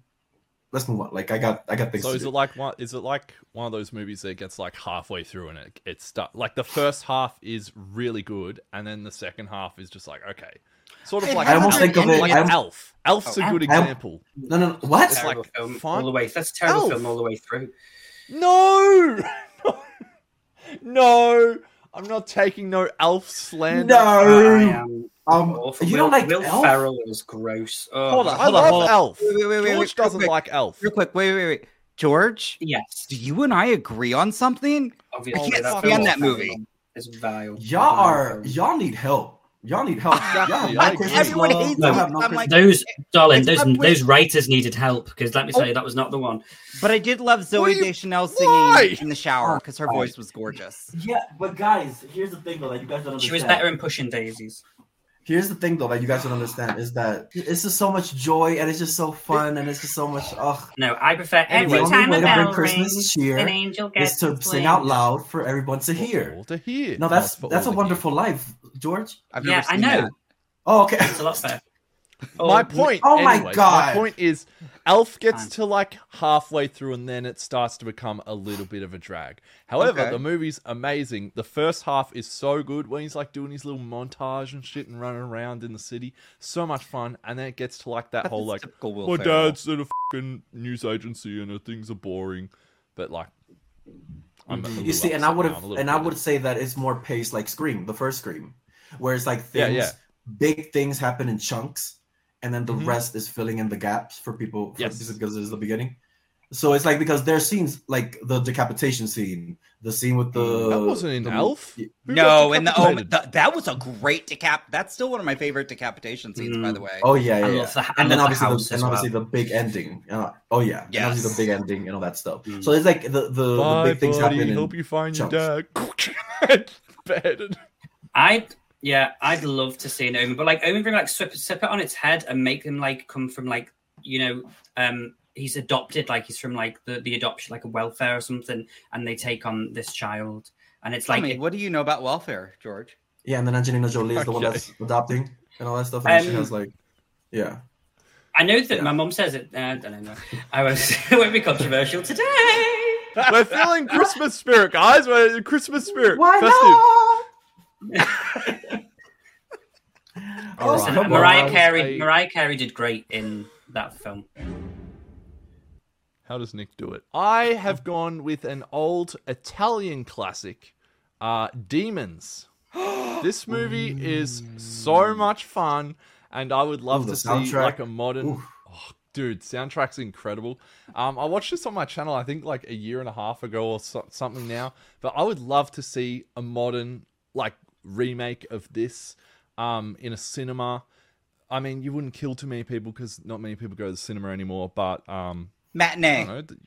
[SPEAKER 2] let's move on. Like, I got I got things.
[SPEAKER 1] So
[SPEAKER 2] to
[SPEAKER 1] is
[SPEAKER 2] do.
[SPEAKER 1] it like one? Is it like one of those movies that gets like halfway through and it it's stuck? Like the first half is really good, and then the second half is just like okay, sort of
[SPEAKER 4] It
[SPEAKER 1] like
[SPEAKER 4] has
[SPEAKER 2] I almost think of it-
[SPEAKER 1] like
[SPEAKER 2] I almost-
[SPEAKER 1] Elf. Elf's a
[SPEAKER 3] Oh,
[SPEAKER 1] good
[SPEAKER 2] I-
[SPEAKER 1] example.
[SPEAKER 2] No, no, no. What?
[SPEAKER 1] It's
[SPEAKER 3] terrible
[SPEAKER 1] like
[SPEAKER 3] film
[SPEAKER 1] fun-
[SPEAKER 3] all the way. That's a terrible
[SPEAKER 1] Elf.
[SPEAKER 3] film all the way through.
[SPEAKER 1] No, no, I'm not taking no Elf slander.
[SPEAKER 3] I
[SPEAKER 2] no.
[SPEAKER 3] am
[SPEAKER 2] Um,
[SPEAKER 3] awful.
[SPEAKER 2] you
[SPEAKER 3] Will,
[SPEAKER 2] don't like
[SPEAKER 3] Will
[SPEAKER 2] Elf?
[SPEAKER 3] Ferrell is gross. Oh,
[SPEAKER 1] Hold on,
[SPEAKER 4] Hold
[SPEAKER 1] I
[SPEAKER 4] on,
[SPEAKER 1] love
[SPEAKER 4] hold on.
[SPEAKER 1] Elf.
[SPEAKER 4] Wait, wait, wait, wait,
[SPEAKER 1] George
[SPEAKER 4] wait, real
[SPEAKER 1] doesn't
[SPEAKER 4] quick.
[SPEAKER 1] like Elf.
[SPEAKER 4] Real quick, wait, wait, wait. George,
[SPEAKER 3] Yes,
[SPEAKER 4] do you and I agree on something?
[SPEAKER 3] obviously.
[SPEAKER 1] can't
[SPEAKER 3] that
[SPEAKER 1] stand
[SPEAKER 3] film-
[SPEAKER 4] that movie.
[SPEAKER 3] It's vile.
[SPEAKER 2] Y'all
[SPEAKER 3] Vile
[SPEAKER 2] are
[SPEAKER 3] film.
[SPEAKER 2] y'all need help. Y'all need help.
[SPEAKER 1] Exactly.
[SPEAKER 2] Y'all have
[SPEAKER 1] I-
[SPEAKER 2] no Christmas
[SPEAKER 4] everyone
[SPEAKER 2] love.
[SPEAKER 4] hates
[SPEAKER 2] Y'all
[SPEAKER 3] it.
[SPEAKER 2] have no
[SPEAKER 4] I'm
[SPEAKER 2] Christmas-
[SPEAKER 4] like-
[SPEAKER 3] Those darling,
[SPEAKER 4] It's
[SPEAKER 3] those
[SPEAKER 4] up with-
[SPEAKER 3] those writers needed help because let me tell
[SPEAKER 4] Oh.
[SPEAKER 3] you, that was not the one.
[SPEAKER 4] But I did love
[SPEAKER 1] What
[SPEAKER 4] Zoe
[SPEAKER 1] do you-
[SPEAKER 4] Deschanel singing
[SPEAKER 1] Why?
[SPEAKER 4] in the shower because her
[SPEAKER 2] Oh,
[SPEAKER 4] voice was gorgeous.
[SPEAKER 2] yeah, but guys, here's the thing though that you guys don't understand.
[SPEAKER 3] She was better in Pushing Daisies.
[SPEAKER 2] Here's the thing though that you guys don't understand is that it's just so much joy and it's just so fun and it's just so much. Ugh.
[SPEAKER 3] No, I prefer
[SPEAKER 2] The
[SPEAKER 3] anyway.
[SPEAKER 6] Every
[SPEAKER 2] only
[SPEAKER 6] time
[SPEAKER 2] way
[SPEAKER 6] a
[SPEAKER 2] to bring
[SPEAKER 6] bell
[SPEAKER 2] Christmas
[SPEAKER 6] rings, an
[SPEAKER 2] cheer
[SPEAKER 6] angel gets
[SPEAKER 2] is to
[SPEAKER 6] its
[SPEAKER 2] sing out
[SPEAKER 6] wings.
[SPEAKER 2] loud for everyone to
[SPEAKER 1] For all
[SPEAKER 2] hear.
[SPEAKER 1] to hear.
[SPEAKER 2] No, that's
[SPEAKER 1] for
[SPEAKER 2] that's a
[SPEAKER 1] all to
[SPEAKER 2] wonderful life, George.
[SPEAKER 4] I've
[SPEAKER 3] Yeah,
[SPEAKER 4] never
[SPEAKER 3] I
[SPEAKER 4] seen
[SPEAKER 3] know.
[SPEAKER 4] that.
[SPEAKER 2] Oh, okay.
[SPEAKER 3] It's a lot better.
[SPEAKER 1] hear. My point.
[SPEAKER 2] oh my
[SPEAKER 1] anyways,
[SPEAKER 2] God.
[SPEAKER 1] My point is, Elf gets
[SPEAKER 3] Fine.
[SPEAKER 1] to like halfway through, and then it starts to become a little bit of a drag. However,
[SPEAKER 4] Okay.
[SPEAKER 1] the movie's amazing. The first half is so good when he's like doing his little montage and shit and running around in the city. So much fun, and then it gets to like that
[SPEAKER 4] That's
[SPEAKER 1] whole like,
[SPEAKER 4] typical Will
[SPEAKER 1] my
[SPEAKER 4] Ferrell.
[SPEAKER 1] dad's at a fucking news agency and her things are boring, but like. I'm a
[SPEAKER 2] You
[SPEAKER 1] little
[SPEAKER 2] see, and
[SPEAKER 1] upset
[SPEAKER 2] I would
[SPEAKER 1] now, I'm
[SPEAKER 2] have,
[SPEAKER 1] a little
[SPEAKER 2] and I
[SPEAKER 1] bitter.
[SPEAKER 2] would say that it's more paced like Scream, the first Scream, where it's like
[SPEAKER 1] Yeah,
[SPEAKER 2] things,
[SPEAKER 1] yeah.
[SPEAKER 2] big things happen in chunks, and then the
[SPEAKER 1] Mhm.
[SPEAKER 2] rest is filling in the gaps for people. For,
[SPEAKER 1] Yes.
[SPEAKER 2] this is because it's the beginning. So it's like because there are scenes like the decapitation scene, the scene with the
[SPEAKER 1] Mm, That wasn't in
[SPEAKER 2] the-
[SPEAKER 1] Elf. Who got
[SPEAKER 4] No, and the omen.
[SPEAKER 1] decapitated?
[SPEAKER 4] th- that was a great decap. That's still one of my favorite decapitation scenes, by
[SPEAKER 3] Mm.
[SPEAKER 4] the way.
[SPEAKER 2] Oh yeah, yeah,
[SPEAKER 3] I
[SPEAKER 2] yeah.
[SPEAKER 3] love the- I
[SPEAKER 2] and then
[SPEAKER 3] love the
[SPEAKER 2] obviously,
[SPEAKER 3] house
[SPEAKER 2] the, and
[SPEAKER 3] as well.
[SPEAKER 2] obviously the big ending. Uh, oh yeah, and obviously
[SPEAKER 4] Yes.
[SPEAKER 2] the big ending and all that stuff.
[SPEAKER 3] Mm.
[SPEAKER 2] So it's like the the, the
[SPEAKER 1] Bye,
[SPEAKER 2] big things
[SPEAKER 1] buddy.
[SPEAKER 2] happen. in-
[SPEAKER 1] Hope you find your dad. Bed.
[SPEAKER 3] I'd yeah, I'd love to see an Omen, but like Omen, really like slip, slip it on its head and make him like come from like you know, um, he's adopted, like he's from like the the adoption, like a welfare or something, and they take on this child, and it's
[SPEAKER 4] Tell
[SPEAKER 3] like
[SPEAKER 4] me, what do you know about welfare, George?
[SPEAKER 2] Yeah, and then Angelina Jolie is the one
[SPEAKER 1] Okay.
[SPEAKER 2] that's adopting and all that stuff, and then she
[SPEAKER 3] Um,
[SPEAKER 2] has like, yeah.
[SPEAKER 3] I know that
[SPEAKER 2] Yeah.
[SPEAKER 3] my mum says it. Uh, I don't know. I was it won't be controversial today.
[SPEAKER 1] We're feeling Christmas spirit, guys. We're in Christmas spirit.
[SPEAKER 2] Why
[SPEAKER 1] Festive.
[SPEAKER 2] not?
[SPEAKER 3] Oh,
[SPEAKER 2] Listen,
[SPEAKER 3] Listen,
[SPEAKER 1] come
[SPEAKER 3] Mariah
[SPEAKER 1] on.
[SPEAKER 3] Carey.
[SPEAKER 1] I-
[SPEAKER 3] Mariah Carey did great in that film.
[SPEAKER 1] How does Nick do it? I have gone with an old Italian classic, uh, Demons. this movie is so much fun, and I would love
[SPEAKER 2] Ooh,
[SPEAKER 1] to
[SPEAKER 2] the
[SPEAKER 1] see
[SPEAKER 2] soundtrack.
[SPEAKER 1] like a modern.
[SPEAKER 2] Oof.
[SPEAKER 1] Oh, dude, soundtrack's incredible. Um, I watched this on my channel, I think like a year and a half ago or so- something now. But I would love to see a modern like remake of this, um, in a cinema. I mean, you wouldn't kill too many people because not many people go to the cinema anymore. But um, I
[SPEAKER 4] Matinee.
[SPEAKER 1] don't know. th-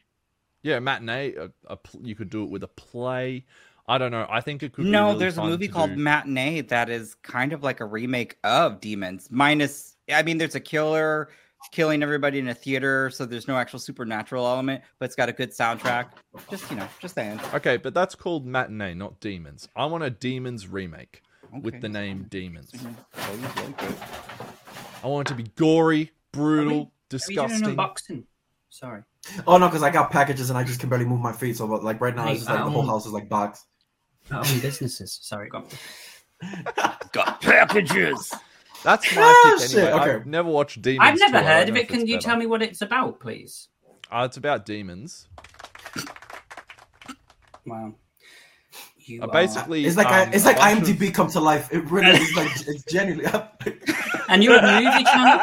[SPEAKER 1] Yeah, matinee. A, a pl- you could do it with a play. I don't know. I think it could. be
[SPEAKER 4] No,
[SPEAKER 1] really
[SPEAKER 4] there's a
[SPEAKER 1] fun
[SPEAKER 4] movie
[SPEAKER 1] to
[SPEAKER 4] called
[SPEAKER 1] do.
[SPEAKER 4] Matinee that is kind of like a remake of Demons, minus, I mean, there's a killer killing everybody in a theater, so there's no actual supernatural element, but it's got a good soundtrack. Just, you know, just saying.
[SPEAKER 1] okay, but that's called matinee, not demons. I want a demons remake
[SPEAKER 4] Okay.
[SPEAKER 1] with the name Demons.
[SPEAKER 4] Oh, you like it.
[SPEAKER 1] I want it to be gory, brutal,
[SPEAKER 3] Are you doing an
[SPEAKER 1] disgusting.
[SPEAKER 3] unboxing? Sorry.
[SPEAKER 2] Oh no, because I got packages and I just can barely move my feet. So but, like right now, it's just like the whole
[SPEAKER 3] Um,
[SPEAKER 2] house is like box.
[SPEAKER 3] Not own businesses. Sorry, go on.
[SPEAKER 4] Got packages.
[SPEAKER 1] That's my
[SPEAKER 2] Ah,
[SPEAKER 1] pick
[SPEAKER 2] shit,
[SPEAKER 1] anyway. I've
[SPEAKER 2] okay.
[SPEAKER 1] never watched Demons.
[SPEAKER 3] I've
[SPEAKER 1] 2,
[SPEAKER 3] never
[SPEAKER 1] I
[SPEAKER 3] heard
[SPEAKER 1] don't
[SPEAKER 3] of
[SPEAKER 1] know
[SPEAKER 3] it.
[SPEAKER 1] if
[SPEAKER 3] Can
[SPEAKER 1] it's
[SPEAKER 3] you
[SPEAKER 1] better.
[SPEAKER 3] tell me what it's about, please?
[SPEAKER 1] Uh, it's about demons.
[SPEAKER 3] Wow. You
[SPEAKER 1] I
[SPEAKER 3] are-
[SPEAKER 1] Uh, basically,
[SPEAKER 2] It's like I,
[SPEAKER 1] um,
[SPEAKER 2] it's like
[SPEAKER 1] watched-
[SPEAKER 2] IMDb come to life. It really is like it's genuinely.
[SPEAKER 3] and you're a movie channel.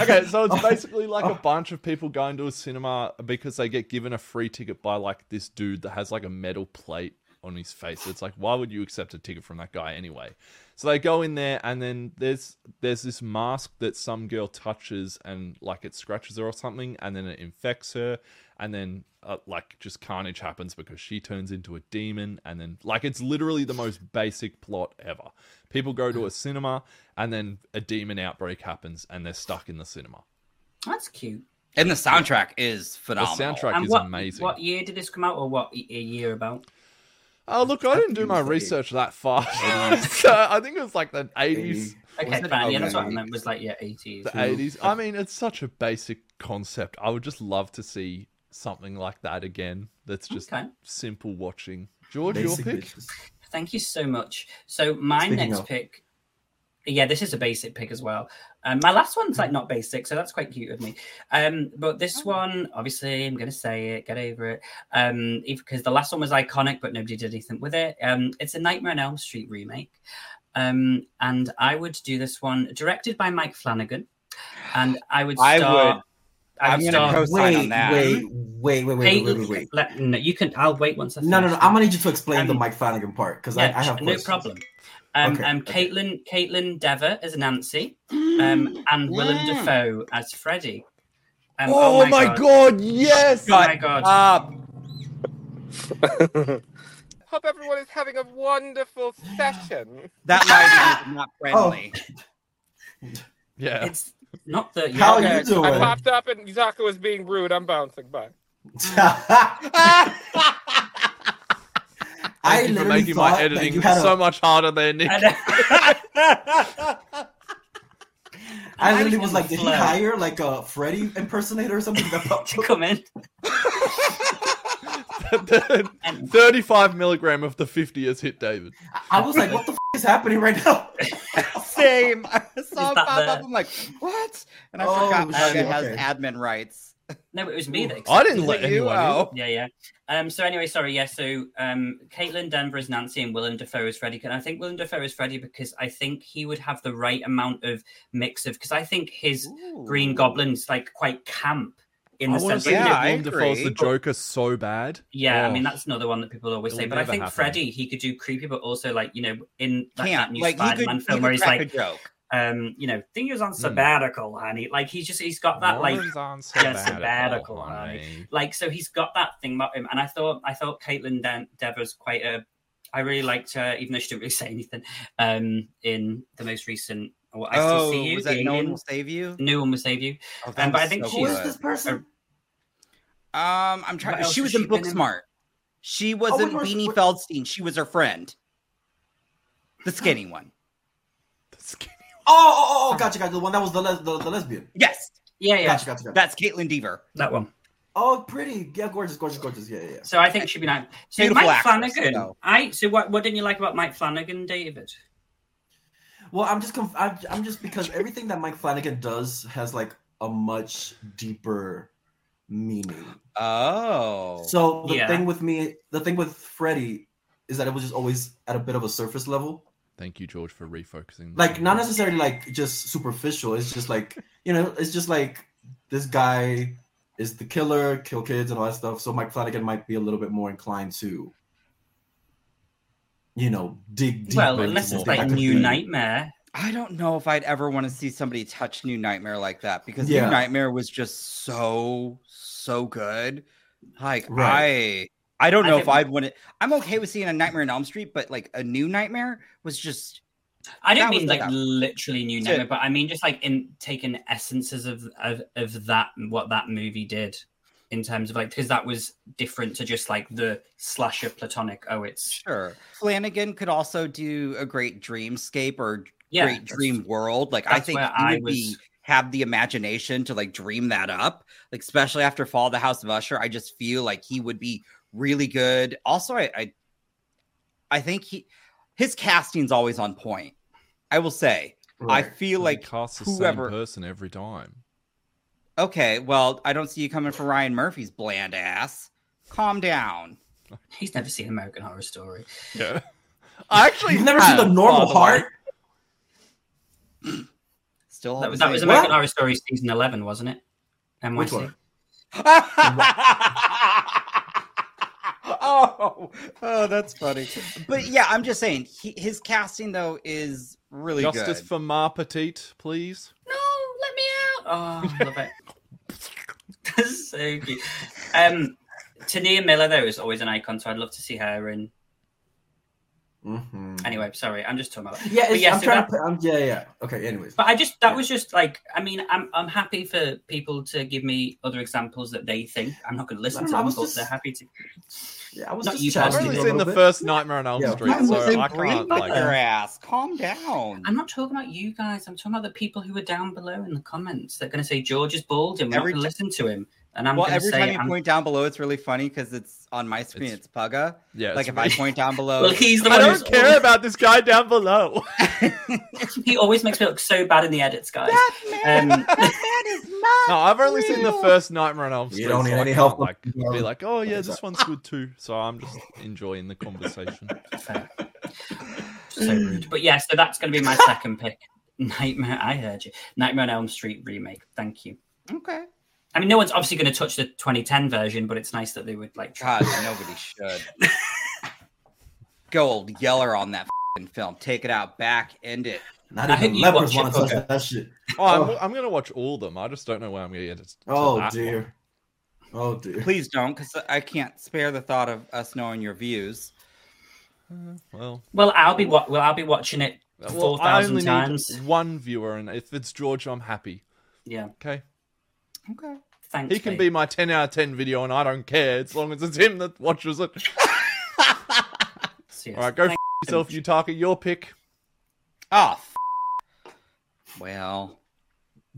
[SPEAKER 1] okay, so it's basically like a bunch of people going to a cinema because they get given a free ticket by like this dude that has like a metal plate on his face. It's like, why would you accept a ticket from that guy anyway? So they go in there and then there's there's this mask that some girl touches and like it scratches her or something and then it infects her and then uh, like just carnage happens because she turns into a demon and then like it's literally the most basic plot ever. People go to a cinema and then a demon outbreak happens and they're stuck in the cinema.
[SPEAKER 3] That's cute.
[SPEAKER 4] And the soundtrack is
[SPEAKER 1] The
[SPEAKER 4] phenomenal.
[SPEAKER 1] soundtrack
[SPEAKER 3] and
[SPEAKER 1] is
[SPEAKER 3] what,
[SPEAKER 1] amazing.
[SPEAKER 3] what year did this come out, or what y- a year about?
[SPEAKER 1] Oh, look, I didn't do
[SPEAKER 2] think
[SPEAKER 1] my
[SPEAKER 2] it was the
[SPEAKER 1] research that far. so I think it was like the 80s.
[SPEAKER 3] Okay,
[SPEAKER 2] Was it-
[SPEAKER 3] fine. Yeah, that's what I
[SPEAKER 2] okay.
[SPEAKER 3] meant. Was like yeah, eighties.
[SPEAKER 1] Oh, The 80s. I mean, it's such a basic concept. I would just love to see something like that again that's just
[SPEAKER 3] Okay.
[SPEAKER 1] simple watching. George, your pick?
[SPEAKER 3] Thank you so much. So my
[SPEAKER 2] Speaking
[SPEAKER 3] next
[SPEAKER 2] of-
[SPEAKER 3] pick, yeah, this is a basic pick as well. Um, my last one's
[SPEAKER 2] Mm-hmm.
[SPEAKER 3] like not basic, so that's quite cute of me. Um, but
[SPEAKER 2] Oh.
[SPEAKER 3] this one, obviously, I'm gonna say it. Get over it. Um, because the last one was iconic, but nobody did anything with it. Um, it's a Nightmare on Elm Street remake. Um, and I would do this one directed by Mike Flanagan, and I would.
[SPEAKER 4] I
[SPEAKER 3] Start,
[SPEAKER 4] would-
[SPEAKER 3] I
[SPEAKER 4] I'm
[SPEAKER 3] would
[SPEAKER 4] gonna
[SPEAKER 3] start.
[SPEAKER 4] co- sign on
[SPEAKER 2] Wait,
[SPEAKER 4] that.
[SPEAKER 2] wait, wait, wait, wait, wait, wait, wait.
[SPEAKER 3] Let- no, you can. I'll wait once. I
[SPEAKER 2] No, no, no.
[SPEAKER 3] finish.
[SPEAKER 2] I'm gonna need you to explain the
[SPEAKER 3] Um,
[SPEAKER 2] Mike Flanagan part because
[SPEAKER 3] Yeah,
[SPEAKER 2] I, I have
[SPEAKER 3] no
[SPEAKER 2] questions.
[SPEAKER 3] problem. Um,
[SPEAKER 2] Okay,
[SPEAKER 3] um,
[SPEAKER 2] okay.
[SPEAKER 3] Caitlin, Caitlin Dever as Nancy,
[SPEAKER 1] Mm,
[SPEAKER 3] um, and Willem
[SPEAKER 4] Yeah.
[SPEAKER 3] Dafoe as Freddy. Um,
[SPEAKER 1] Oh, my god, Uh, yes! Ah.
[SPEAKER 3] Oh my god!
[SPEAKER 4] Up.
[SPEAKER 6] Hope everyone is having a wonderful session.
[SPEAKER 4] That lighting is not friendly.
[SPEAKER 1] Yeah.
[SPEAKER 3] It's not that.
[SPEAKER 2] How
[SPEAKER 3] you're-
[SPEAKER 2] are you
[SPEAKER 6] I
[SPEAKER 2] doing?
[SPEAKER 6] popped up and Zaka was being rude. I'm bouncing. Bye.
[SPEAKER 2] I
[SPEAKER 1] Ah. Thank you for making
[SPEAKER 2] literally
[SPEAKER 1] my
[SPEAKER 2] thought that
[SPEAKER 1] editing
[SPEAKER 2] you had
[SPEAKER 1] so
[SPEAKER 2] a,
[SPEAKER 1] much harder there, Nick.
[SPEAKER 3] I know.
[SPEAKER 2] I
[SPEAKER 3] I
[SPEAKER 2] literally was
[SPEAKER 3] was in
[SPEAKER 2] like,
[SPEAKER 3] the
[SPEAKER 2] did he
[SPEAKER 3] flow.
[SPEAKER 2] hire like a Freddy impersonator or something? That popped
[SPEAKER 3] to
[SPEAKER 2] up?
[SPEAKER 3] come in.
[SPEAKER 1] 35 milligram of the 50 has hit David.
[SPEAKER 2] I was like, what the f- is happening right now?
[SPEAKER 4] Same. I saw
[SPEAKER 3] that
[SPEAKER 4] it pop up.
[SPEAKER 3] the-
[SPEAKER 4] I'm like, what? And I
[SPEAKER 2] Oh,
[SPEAKER 4] forgot Saga
[SPEAKER 2] shit,
[SPEAKER 4] has
[SPEAKER 2] okay.
[SPEAKER 4] admin rights.
[SPEAKER 3] No, it was me that.
[SPEAKER 1] I didn't let
[SPEAKER 4] You
[SPEAKER 1] anyone in.
[SPEAKER 4] out.
[SPEAKER 3] Yeah, yeah. Um, so anyway, sorry. Yeah. So um, Caitlin Denver is Nancy and Willem Dafoe is Freddy. And I think Willem Dafoe is Freddy because I think he would have the right amount of mix of because I think his Green Goblin's like quite camp in
[SPEAKER 1] I
[SPEAKER 3] the
[SPEAKER 1] want to
[SPEAKER 3] sense.
[SPEAKER 1] see
[SPEAKER 4] that- Yeah,
[SPEAKER 1] yeah,
[SPEAKER 4] I
[SPEAKER 1] Willem Dafoe's the
[SPEAKER 4] agree.
[SPEAKER 1] Joker so bad.
[SPEAKER 3] Yeah,
[SPEAKER 1] Oh.
[SPEAKER 3] I mean that's another one that people always say.
[SPEAKER 1] It'll
[SPEAKER 3] But I
[SPEAKER 1] never
[SPEAKER 3] think
[SPEAKER 1] happen.
[SPEAKER 3] Freddy, he could do creepy, but also like you know in that, that
[SPEAKER 4] Can't.
[SPEAKER 3] new
[SPEAKER 4] Like, he could,
[SPEAKER 3] Spider-Man
[SPEAKER 4] he
[SPEAKER 3] film
[SPEAKER 4] could
[SPEAKER 3] where he's
[SPEAKER 4] crack
[SPEAKER 3] like,
[SPEAKER 4] a joke.
[SPEAKER 3] um, you know, think he was on
[SPEAKER 1] Hmm.
[SPEAKER 3] sabbatical, honey. Like he's just he's got that like
[SPEAKER 1] Lauren's on
[SPEAKER 3] yeah, sabbatical, like so he's got that thing about him. And I thought I thought Caitlin De- Dever's quite a. I really liked her, even though she didn't really say anything. Um, in the most recent, oh, I still
[SPEAKER 4] oh,
[SPEAKER 3] see you.
[SPEAKER 4] was
[SPEAKER 3] the
[SPEAKER 4] that No One
[SPEAKER 3] Alien,
[SPEAKER 4] Will Save You?
[SPEAKER 3] no one will save you.
[SPEAKER 4] Oh,
[SPEAKER 3] Um, but I
[SPEAKER 4] was
[SPEAKER 3] think
[SPEAKER 2] Who is
[SPEAKER 3] she's-
[SPEAKER 2] this person?
[SPEAKER 4] Um, I'm
[SPEAKER 3] What
[SPEAKER 4] trying.
[SPEAKER 3] else
[SPEAKER 4] She
[SPEAKER 3] has
[SPEAKER 4] was
[SPEAKER 3] she
[SPEAKER 4] in
[SPEAKER 3] been in? Oh,
[SPEAKER 4] Booksmart. She wasn't
[SPEAKER 2] wait, wait,
[SPEAKER 4] Beanie
[SPEAKER 2] wait.
[SPEAKER 4] Feldstein. She was her friend, the skinny one.
[SPEAKER 2] Oh, oh, oh, oh, gotcha, gotcha. The one that was the les- the, the lesbian.
[SPEAKER 4] Yes,
[SPEAKER 3] Yeah, yeah,
[SPEAKER 2] Gotcha, gotcha, gotcha.
[SPEAKER 4] that's Caitlin Deaver.
[SPEAKER 3] that one.
[SPEAKER 2] Oh, pretty. Yeah, gorgeous, gorgeous, gorgeous. Yeah, yeah. yeah.
[SPEAKER 3] So I think she'd be nice. So
[SPEAKER 4] Beautiful
[SPEAKER 3] Mike
[SPEAKER 4] actress,
[SPEAKER 3] Flanagan.
[SPEAKER 4] though.
[SPEAKER 3] I so what what didn't you like about Mike Flanagan, David?
[SPEAKER 2] Well, I'm just conf- I'm, I'm just because everything that Mike Flanagan does has like a much deeper meaning.
[SPEAKER 4] Oh,
[SPEAKER 2] So the
[SPEAKER 3] Yeah.
[SPEAKER 2] thing with me, the thing with Freddy is that it was just always at a bit of a surface level.
[SPEAKER 1] Thank you, George, for refocusing.
[SPEAKER 2] Like not necessarily like just superficial. It's just like, you know, it's just like this guy is the killer, kill kids and all that stuff. So Mike Flanagan might be a little bit more inclined to you know, dig deep.
[SPEAKER 3] well,
[SPEAKER 1] Deeper
[SPEAKER 3] unless
[SPEAKER 1] into
[SPEAKER 3] it's
[SPEAKER 1] more
[SPEAKER 3] like
[SPEAKER 1] Flanagan.
[SPEAKER 3] New Nightmare.
[SPEAKER 4] I don't know if I'd ever want to see somebody touch New Nightmare like that because
[SPEAKER 2] Yeah.
[SPEAKER 4] New Nightmare was just so so good. Like
[SPEAKER 2] Right.
[SPEAKER 4] I, I don't
[SPEAKER 3] I
[SPEAKER 4] know if
[SPEAKER 3] think-
[SPEAKER 4] I'd want to. I'm okay with seeing a Nightmare on Elm Street, but like a New Nightmare was just
[SPEAKER 3] I don't
[SPEAKER 4] That
[SPEAKER 3] mean
[SPEAKER 4] was
[SPEAKER 3] like
[SPEAKER 4] like a-
[SPEAKER 3] literally New
[SPEAKER 4] That's
[SPEAKER 3] Nightmare,
[SPEAKER 4] it.
[SPEAKER 3] but I mean just like in taking essences of of of that what that movie did in terms of like because that was different to just like the slasher platonic. Oh, it's
[SPEAKER 4] sure. Flanagan could also do a great dreamscape or
[SPEAKER 3] yeah,
[SPEAKER 4] great dream world. Like I
[SPEAKER 3] that's
[SPEAKER 4] think
[SPEAKER 3] where
[SPEAKER 4] he
[SPEAKER 3] I
[SPEAKER 4] would be,
[SPEAKER 3] was-
[SPEAKER 4] have the imagination to like dream that up. Like especially after Fall of the House of Usher, I just feel like he would be really good. Also, I I, I think he his casting's always on point. I will say. I feel like
[SPEAKER 1] cast the
[SPEAKER 4] whoever-
[SPEAKER 1] same person every time.
[SPEAKER 4] okay, well, I don't see you coming for Ryan Murphy's bland ass. Calm down.
[SPEAKER 3] He's never seen American Horror Story.
[SPEAKER 1] Yeah. I actually
[SPEAKER 2] You've never seen the
[SPEAKER 4] have,
[SPEAKER 2] normal
[SPEAKER 4] by the way.
[SPEAKER 2] heart.
[SPEAKER 4] Still
[SPEAKER 3] That was, that
[SPEAKER 4] haven't
[SPEAKER 3] was
[SPEAKER 4] seen-
[SPEAKER 3] American
[SPEAKER 2] What?
[SPEAKER 3] Horror Story season 11, wasn't it? NYC.
[SPEAKER 2] Which one?
[SPEAKER 4] oh, oh, that's funny. But yeah, I'm just saying he, his casting though is really
[SPEAKER 1] Justice
[SPEAKER 4] good.
[SPEAKER 1] for Ma Petite, please.
[SPEAKER 3] No, let me out. Oh, I love it. That's so cute. Um, Tania Miller, though, is always an icon, so I'd love to see her in.
[SPEAKER 2] Mhm.
[SPEAKER 3] Anyway, sorry, I'm just talking about that.
[SPEAKER 2] Mm-hmm. Yeah,
[SPEAKER 3] Mm-hmm. But
[SPEAKER 2] it's,
[SPEAKER 3] yeah,
[SPEAKER 2] I'm
[SPEAKER 3] so
[SPEAKER 2] trying
[SPEAKER 3] that-
[SPEAKER 2] to. Put, I'm, yeah, yeah. Okay. Anyways,
[SPEAKER 3] But I just, that was just like, I mean, I'm, I'm happy for people to give me other examples that they think. I'm not going to listen
[SPEAKER 2] No,
[SPEAKER 3] to
[SPEAKER 2] I
[SPEAKER 3] them,
[SPEAKER 2] was
[SPEAKER 3] but
[SPEAKER 2] just-
[SPEAKER 3] they're happy to.
[SPEAKER 2] yeah, I was
[SPEAKER 3] Not
[SPEAKER 2] just
[SPEAKER 3] you
[SPEAKER 1] I've
[SPEAKER 2] chatting
[SPEAKER 3] personally,
[SPEAKER 1] only
[SPEAKER 2] a
[SPEAKER 1] seen
[SPEAKER 2] little
[SPEAKER 1] the
[SPEAKER 2] bit.
[SPEAKER 1] first Nightmare on Elm
[SPEAKER 2] Yeah,
[SPEAKER 1] Street,
[SPEAKER 2] mine
[SPEAKER 1] so
[SPEAKER 2] was
[SPEAKER 1] I can't
[SPEAKER 4] Bring your
[SPEAKER 2] uh,
[SPEAKER 1] like.
[SPEAKER 4] ass. Calm down.
[SPEAKER 3] I'm not talking about you guys. I'm talking about the people who are down below in the comments. They're going to say George is balding. We're
[SPEAKER 4] Every
[SPEAKER 3] not going to listen to him. And I'm
[SPEAKER 4] well,
[SPEAKER 3] going to
[SPEAKER 4] every
[SPEAKER 3] say,
[SPEAKER 4] time you
[SPEAKER 3] I'm-
[SPEAKER 4] point down below, it's really funny because it's on my screen. It's, Pugga.
[SPEAKER 1] Yeah, it's
[SPEAKER 4] Like if I
[SPEAKER 1] really-
[SPEAKER 4] point down below,
[SPEAKER 3] well, he's the
[SPEAKER 1] I
[SPEAKER 3] one who's
[SPEAKER 1] don't care about this guy down below.
[SPEAKER 3] He always makes me look so bad in the edits, guys.
[SPEAKER 4] Batman,
[SPEAKER 3] Um,
[SPEAKER 4] Batman is not.
[SPEAKER 1] No, I've only seen the
[SPEAKER 4] real.
[SPEAKER 1] first Nightmare on Elm Street.
[SPEAKER 2] You don't need
[SPEAKER 1] so I
[SPEAKER 2] any
[SPEAKER 1] can't,
[SPEAKER 2] help.
[SPEAKER 1] Like, be
[SPEAKER 2] No.
[SPEAKER 1] like, oh yeah, this one's good too. So I'm just enjoying the conversation.
[SPEAKER 3] So rude. But yeah, so that's going to be my second pick. Nightmare, I heard you. Nightmare on Elm Street remake. Thank you.
[SPEAKER 4] Okay.
[SPEAKER 3] I mean, no one's obviously going to touch the 2010 version, but it's nice that they would like. Try.
[SPEAKER 4] God, nobody should. Go old Yeller on that fing film. Take it out back. End it.
[SPEAKER 2] Not
[SPEAKER 3] I hope
[SPEAKER 2] even
[SPEAKER 3] you
[SPEAKER 2] leopards want
[SPEAKER 3] watch
[SPEAKER 2] to touch
[SPEAKER 3] it, okay.
[SPEAKER 2] that shit.
[SPEAKER 1] Oh, I'm,
[SPEAKER 2] Oh.
[SPEAKER 1] I'm gonna watch all of them. I just don't know where I'm gonna get it.
[SPEAKER 3] uh,
[SPEAKER 2] Oh dear. Oh dear.
[SPEAKER 4] Please don't, because I can't spare the thought of us knowing your views.
[SPEAKER 1] Well,
[SPEAKER 3] Well, I'll be wa- well, I'll be watching it
[SPEAKER 1] well
[SPEAKER 3] four
[SPEAKER 1] I
[SPEAKER 3] thousand
[SPEAKER 1] only
[SPEAKER 3] times.
[SPEAKER 1] need one viewer, and if it's George, I'm happy.
[SPEAKER 3] Yeah,
[SPEAKER 1] Okay,
[SPEAKER 4] Okay.
[SPEAKER 3] thanks.
[SPEAKER 1] he can be
[SPEAKER 3] babe.
[SPEAKER 1] my 10 out of 10 video, and I don't care as long as it's him that watches it.
[SPEAKER 3] Seriously.
[SPEAKER 1] All right, go f-
[SPEAKER 3] Thank-
[SPEAKER 1] yourself, Utaka. Your pick.
[SPEAKER 4] Oh. F- well,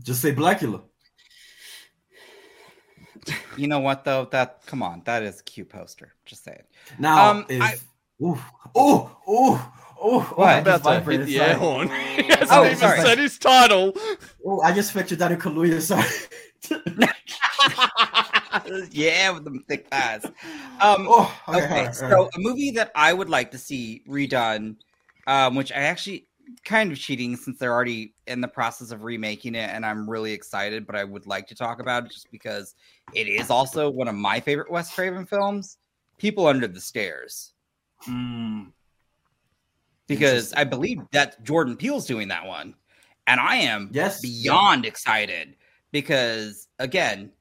[SPEAKER 2] Just say Blackula.
[SPEAKER 4] you know what though? That come on, that is a cute poster. Just saying.
[SPEAKER 2] Now,
[SPEAKER 4] Um,
[SPEAKER 2] if
[SPEAKER 4] I-
[SPEAKER 2] ooh, ooh, ooh, ooh,
[SPEAKER 4] What?
[SPEAKER 2] I
[SPEAKER 1] I'm about
[SPEAKER 2] just
[SPEAKER 1] to hit
[SPEAKER 2] vibrated,
[SPEAKER 1] the air
[SPEAKER 2] sorry.
[SPEAKER 1] horn. He hasn't
[SPEAKER 4] Oh,
[SPEAKER 1] even
[SPEAKER 4] sorry.
[SPEAKER 1] said his title.
[SPEAKER 2] Ooh, I just pictured that in Kaluuya. Sorry.
[SPEAKER 4] Um, yeah, with them thick thighs. Um,
[SPEAKER 2] oh, okay.
[SPEAKER 4] okay,
[SPEAKER 2] alright,
[SPEAKER 4] so
[SPEAKER 2] alright.
[SPEAKER 4] a movie that I would like to see redone, um, which I actually kind of cheating since they're already in the process of remaking it, and I'm really excited, but I would like to talk about it just because it is also one of my favorite Wes Craven films, People Under the Stairs,
[SPEAKER 3] Mm.
[SPEAKER 4] because I believe that Jordan Peele's doing that one, and I am
[SPEAKER 2] yes,
[SPEAKER 4] beyond excited because again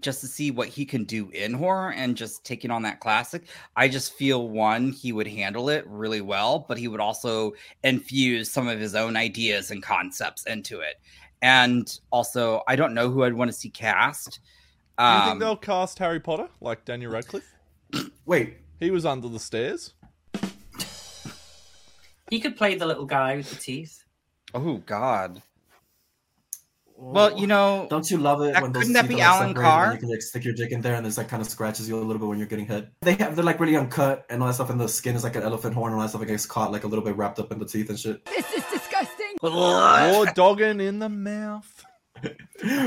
[SPEAKER 4] just to see what he can do in horror and just taking on that classic i just feel one he would handle it really well but he would also infuse some of his own ideas and concepts into it and also i don't know who i'd want to see cast
[SPEAKER 1] Do you think
[SPEAKER 4] um,
[SPEAKER 1] they'll cast Harry Potter like Daniel Radcliffe?
[SPEAKER 2] Wait,
[SPEAKER 1] He was under the stairs.
[SPEAKER 3] He could play the little guy with the teeth.
[SPEAKER 4] oh god well you know
[SPEAKER 2] Don't you love it
[SPEAKER 4] That-
[SPEAKER 2] when those
[SPEAKER 4] couldn't that
[SPEAKER 2] teeth
[SPEAKER 4] be
[SPEAKER 2] are, like,
[SPEAKER 4] Alan
[SPEAKER 2] separated
[SPEAKER 4] Carr?
[SPEAKER 2] and You can like stick your dick in there, and it's like kind of scratches you a little bit when you're getting hit. They have they're like really uncut and all that stuff, and the skin is like an elephant horn and all that stuff. It gets caught like a little bit wrapped up in the teeth and shit.
[SPEAKER 1] Or dogging in the mouth.